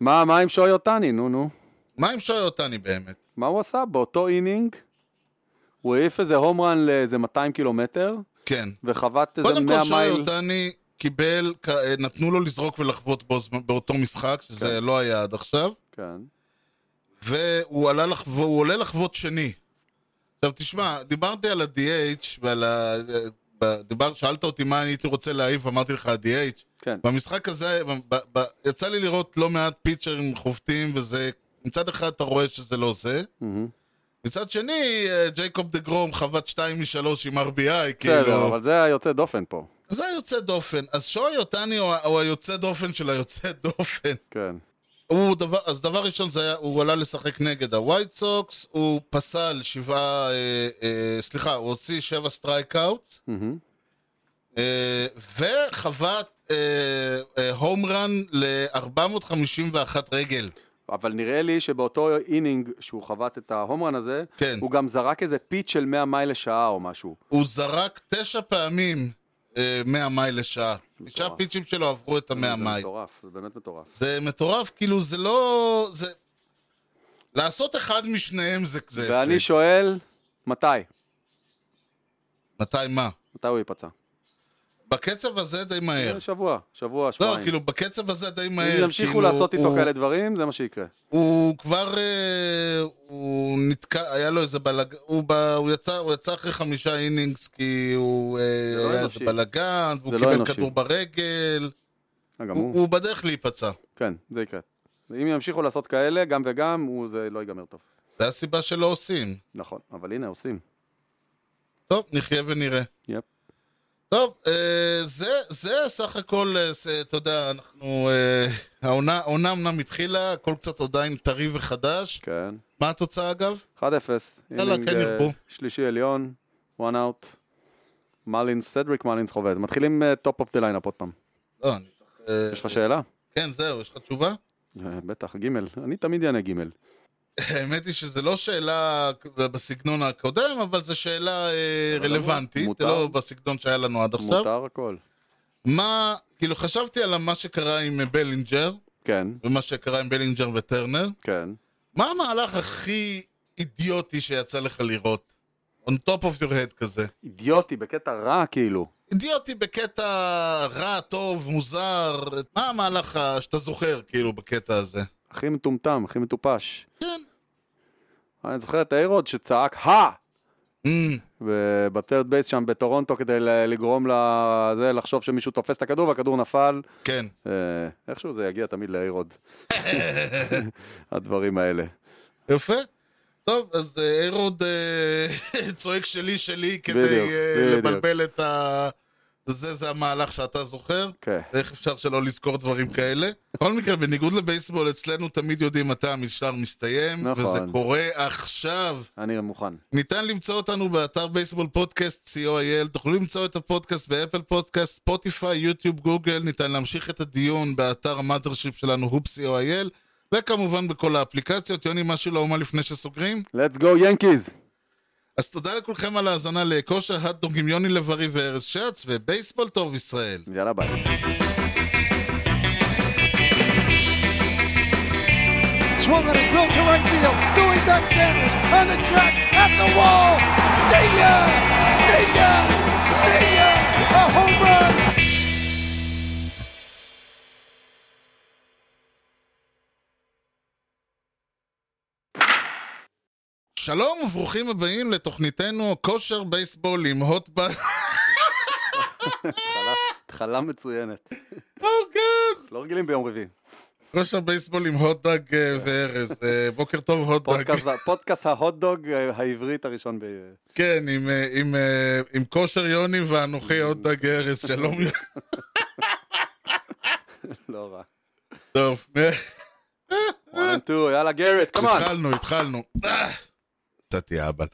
Speaker 2: מה מה עם שוי אותני? נו, נו.
Speaker 1: מה עם שוי אותני באמת?
Speaker 2: מה הוא עשה? באותו אינינג? הוא העיף איזה הום רן לאיזה 200 קילומטר,
Speaker 1: כן.
Speaker 2: וחבט איזה 100
Speaker 1: קודם
Speaker 2: מייל.
Speaker 1: כל, שוי אותני קיבל, כ- אה, נתנו לו לזרוק ולחבוט בו, זמ- באותו משחק, שזה לא היה עד עכשיו,
Speaker 2: כן.
Speaker 1: והוא עלה לחבוט, הוא עולה לחבוט שני. עכשיו תשמע, דיברתי על ה-DH ועל ה... אה, ב- דיבר, שאלת אותי מה אני הייתי רוצה להעיף, אמרתי לך ה-DH.
Speaker 2: כן.
Speaker 1: במשחק הזה, ב- ב- ב- יצא לי לראות לא מעט פיצ'רים חובטים, וזה, מצד אחד אתה רואה שזה לא זה,
Speaker 2: מהמם.
Speaker 1: מצד שני, אה, ג'ייקוב דה גרום חבט 2 מ-3 עם RBI,
Speaker 2: בסדר,
Speaker 1: כאילו.
Speaker 2: אבל זה היוצא דופן פה.
Speaker 1: זה היוצא דופן. אז שוי אותני הוא ה- הוא היוצא דופן של היוצא דופן.
Speaker 2: כן.
Speaker 1: הוא דבר, אז דבר ראשון, זה היה, הוא עלה לשחק נגד הווייט סוקס, הוא פסל שבעה, אה, אה, סליחה, הוא הוציא שבע סטרייק אאוט,
Speaker 2: מהמם.
Speaker 1: אה, וחבט אה, אה, הום רן ל-451 רגל.
Speaker 2: אבל נראה לי שבאותו אינינג שהוא חבט את ההומרן הזה,
Speaker 1: כן.
Speaker 2: הוא גם זרק איזה פיץ' של 100 מייל לשעה או משהו.
Speaker 1: הוא זרק תשע פעמים אה, 100 מייל לשעה. תשעה
Speaker 2: מטורף.
Speaker 1: פיצ'ים שלו עברו את ה-100
Speaker 2: זה
Speaker 1: מייל.
Speaker 2: מטורף, זה באמת מטורף.
Speaker 1: זה מטורף, כאילו זה לא... זה... לעשות אחד משניהם זה זה
Speaker 2: ואני
Speaker 1: הישג.
Speaker 2: שואל, מתי?
Speaker 1: מתי מה?
Speaker 2: מתי הוא ייפצע?
Speaker 1: בקצב הזה די מהר.
Speaker 2: שבוע, שבוע,
Speaker 1: לא,
Speaker 2: שבועיים.
Speaker 1: כאילו, בקצב הזה די מהר.
Speaker 2: אם ימשיכו
Speaker 1: כאילו,
Speaker 2: לעשות איתו
Speaker 1: הוא-
Speaker 2: כאלה דברים, זה מה שיקרה.
Speaker 1: הוא כבר... אה, הוא נתקע, היה לו איזה בלאגן, הוא, ב- הוא, יצא, הוא יצא אחרי חמישה אינינגס כי הוא אה,
Speaker 2: לא
Speaker 1: היה
Speaker 2: אנושי.
Speaker 1: איזה בלאגן, והוא
Speaker 2: זה לא
Speaker 1: קיבל
Speaker 2: אנושי.
Speaker 1: כדור ברגל,
Speaker 2: אה, גם
Speaker 1: הוא,
Speaker 2: הוא.
Speaker 1: הוא בדרך להיפצע.
Speaker 2: כן, זה יקרה. אם ימשיכו לעשות כאלה, גם וגם, הוא- זה לא ייגמר טוב.
Speaker 1: זה הסיבה שלא עושים.
Speaker 2: נכון, אבל הנה, עושים.
Speaker 1: טוב, נחיה ונראה.
Speaker 2: יפ.
Speaker 1: טוב, אה, זה, זה סך הכל, אה, זה, אתה יודע, אנחנו... אה, העונה העונה אמנם התחילה, הכל קצת עדיין טרי וחדש.
Speaker 2: כן.
Speaker 1: מה התוצאה אגב?
Speaker 2: 1-0.
Speaker 1: יאללה,
Speaker 2: אינינג,
Speaker 1: כן
Speaker 2: אה,
Speaker 1: ירבו.
Speaker 2: שלישי עליון, one out. מלינס, סדריק מלינס חובד. מתחילים אה, טופ אוף דה ליינאפ עוד פעם.
Speaker 1: לא, אני צריך... אה,
Speaker 2: יש לך שאלה?
Speaker 1: כן, זהו, יש לך תשובה?
Speaker 2: אה, בטח, גימל. אני תמיד אענה גימל.
Speaker 1: האמת היא שזו לא שאלה בסגנון הקודם, אבל זו שאלה אה,
Speaker 2: בסדר גמור.
Speaker 1: רלוונטית,
Speaker 2: מותר.
Speaker 1: לא בסגנון שהיה לנו עד עכשיו.
Speaker 2: מותר הכל.
Speaker 1: מה, כאילו חשבתי על מה שקרה עם אה, בלינג'ר,
Speaker 2: כן,
Speaker 1: ומה שקרה עם בלינג'ר וטרנר.
Speaker 2: כן.
Speaker 1: מה המהלך הכי אידיוטי שיצא לך לראות? On top of your head כזה.
Speaker 2: אידיוטי, בקטע רע כאילו.
Speaker 1: אידיוטי בקטע רע, טוב, מוזר, מה המהלך ה- שאתה זוכר, כאילו, בקטע הזה?
Speaker 2: הכי מטומטם, הכי מטופש.
Speaker 1: כן.
Speaker 2: אני זוכר את איירוד שצעק, הא!
Speaker 1: אמ,
Speaker 2: ב- בטרד בייס שם בטורונטו כדי ל- לגרום לזה לחשוב שמישהו תופס את הכדור והכדור נפל.
Speaker 1: כן.
Speaker 2: אה, איכשהו זה יגיע תמיד לאיירוד. הדברים האלה.
Speaker 1: יפה. טוב, אז אה, איירוד אה, צועק שלי שלי כדי
Speaker 2: בדיוק,
Speaker 1: אה,
Speaker 2: בדיוק.
Speaker 1: לבלבל את ה... זה, זה המהלך שאתה זוכר.
Speaker 2: כן.
Speaker 1: איך אפשר שלא לזכור דברים כאלה? בכל מקרה, בניגוד לבייסבול, אצלנו תמיד יודעים מתי המשטר מסתיים,
Speaker 2: נכון.
Speaker 1: וזה קורה עכשיו.
Speaker 2: אני מוכן.
Speaker 1: ניתן למצוא אותנו באתר בייסבול פודקאסט co.il, תוכלו למצוא את הפודקאסט באפל פודקאסט, ספוטיפיי, יוטיוב, גוגל, ניתן להמשיך את הדיון באתר המאדרשיפ שלנו, הופ co.il, וכמובן בכל האפליקציות. יוני, משהו לאומה לפני שסוגרים?
Speaker 2: Let's go ינקיז!
Speaker 1: אז תודה לכולכם על ההאזנה לכושר הדדוג עם יוני לב-ארי וארז שץ, ובייסבול טוב ישראל.
Speaker 2: יאללה ביי.
Speaker 6: Swung on a drill to right field. Doing back Sanders on the track at the wall. See ya! See ya! See ya! A home run!
Speaker 1: שלום וברוכים הבאים לתוכניתנו כושר בייסבול עם הוטבאס.
Speaker 2: התחלה מצוינת. לא רגילים ביום רביעי.
Speaker 1: Oh, כושר בייסבול עם הוטדאג אה, וארז. אה, בוקר טוב הוטדאג.
Speaker 2: פודקאסט- פודקאסט ההוטדוג אה, העברית הראשון ב...
Speaker 1: כן, עם, אה, עם, אה, עם כושר יוני ואנוכי הוטדאג ארז. שלום.
Speaker 2: לא רע.
Speaker 1: טוב,
Speaker 2: One and two, יאללה גרד, קאמן!
Speaker 1: התחלנו, התחלנו. אה, נתתי אבל.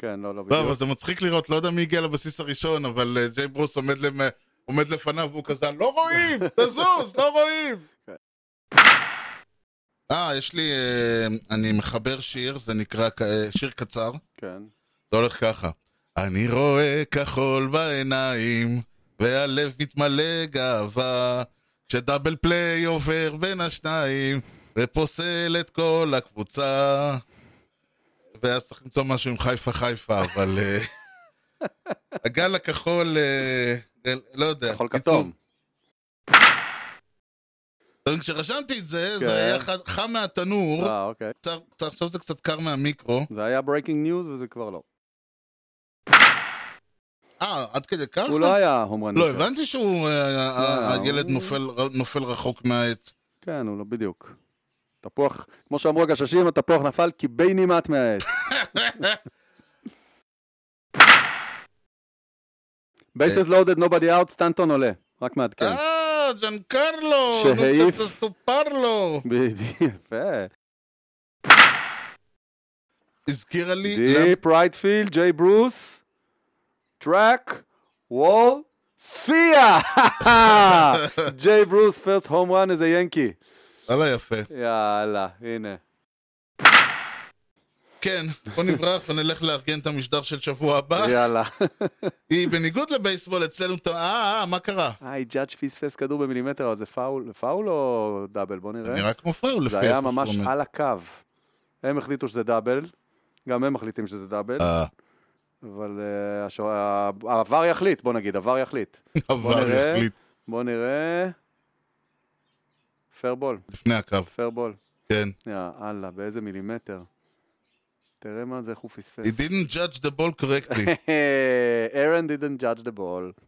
Speaker 2: כן, לא, לא
Speaker 1: לא, אבל
Speaker 2: בדיוק.
Speaker 1: זה מצחיק לראות, לא יודע מי הגיע לבסיס הראשון, אבל אה, ג'יי ברוס עומד למ- עומד לפניו והוא כזה, לא רואים, תזוז, לא רואים.
Speaker 2: כן.
Speaker 1: אה, יש לי, אה, אני מחבר שיר, זה נקרא כ- אה, שיר קצר.
Speaker 2: כן.
Speaker 1: זה הולך ככה. אני רואה כחול בעיניים, והלב מתמלא גאווה, כשדאבל פליי עובר בין השניים, ופוסל את כל הקבוצה. ואז צריך למצוא משהו עם חיפה חיפה, אבל... אה, הגל הכחול, אה, אה, לא יודע.
Speaker 2: כחול
Speaker 1: בקיצור,
Speaker 2: כתום.
Speaker 1: אתה מבין, כשרשמתי את זה,
Speaker 2: כן.
Speaker 1: זה היה ח- חם מהתנור,
Speaker 2: אה, אוקיי.
Speaker 1: קצר- קצר- עכשיו זה קצת קר מהמיקרו.
Speaker 2: זה היה ברייקינג ניוז וזה כבר לא.
Speaker 1: אה, עד כדי ככה?
Speaker 2: הוא לא היה הומרן.
Speaker 1: לא, הבנתי שהוא... אה, ה-
Speaker 2: לא,
Speaker 1: הילד
Speaker 2: הוא-
Speaker 1: נופל- נופל רחוק מהעץ.
Speaker 2: כן, הוא לא, בדיוק. תפוח, כמו שאמרו הגששים, התפוח נפל כי בי נימט מהעץ.
Speaker 1: כן.
Speaker 2: כן. בייסס לואודד, נובדי אאוט, סטנטון עולה. רק מעדכן.
Speaker 1: אה, ג'אן קרלו!
Speaker 2: שהעיף.
Speaker 1: נוטה סטופרלו!
Speaker 2: בדיוק,
Speaker 1: אה?
Speaker 2: יפה.
Speaker 1: הזכירה לי... למה-
Speaker 2: דיפ רייטפילד, ג'יי ברוס, טראק, וול, סיה! ג'יי ברוס, פרסט הום רן איזה ינקי.
Speaker 1: וואלה, יפה.
Speaker 2: יאללה, הנה.
Speaker 1: כן, בוא נברח ונלך לארגן את המשדר של שבוע הבא.
Speaker 2: יאללה.
Speaker 1: היא בניגוד לבייסבול אצלנו, ת- אה, אה, מה קרה?
Speaker 2: היי, ג'אדג' פספס כדור במילימטר, אבל זה פאול, פאול או דאבל? בוא
Speaker 1: זה
Speaker 2: נראה.
Speaker 1: נראה כמו פאול לפי
Speaker 2: זה
Speaker 1: איפה
Speaker 2: היה
Speaker 1: שהוא
Speaker 2: ממש
Speaker 1: עומד.
Speaker 2: על הקו. הם החליטו שזה דאבל, גם הם מחליטים שזה דאבל,
Speaker 1: אה,
Speaker 2: אבל אה, השוע- ה- העבר יחליט, בוא נגיד, העבר יחליט. בוא
Speaker 1: אבל
Speaker 2: נראה.
Speaker 1: יחליט
Speaker 2: בוא נראה. פרבול,
Speaker 1: לפני הקו,
Speaker 2: פרבול.
Speaker 1: כן.
Speaker 2: יאללה, באיזה מילימטר. תראה מה זה, איך הוא פספס.
Speaker 1: He didn't judge the ball correctly.
Speaker 2: Aaron didn't judge the ball.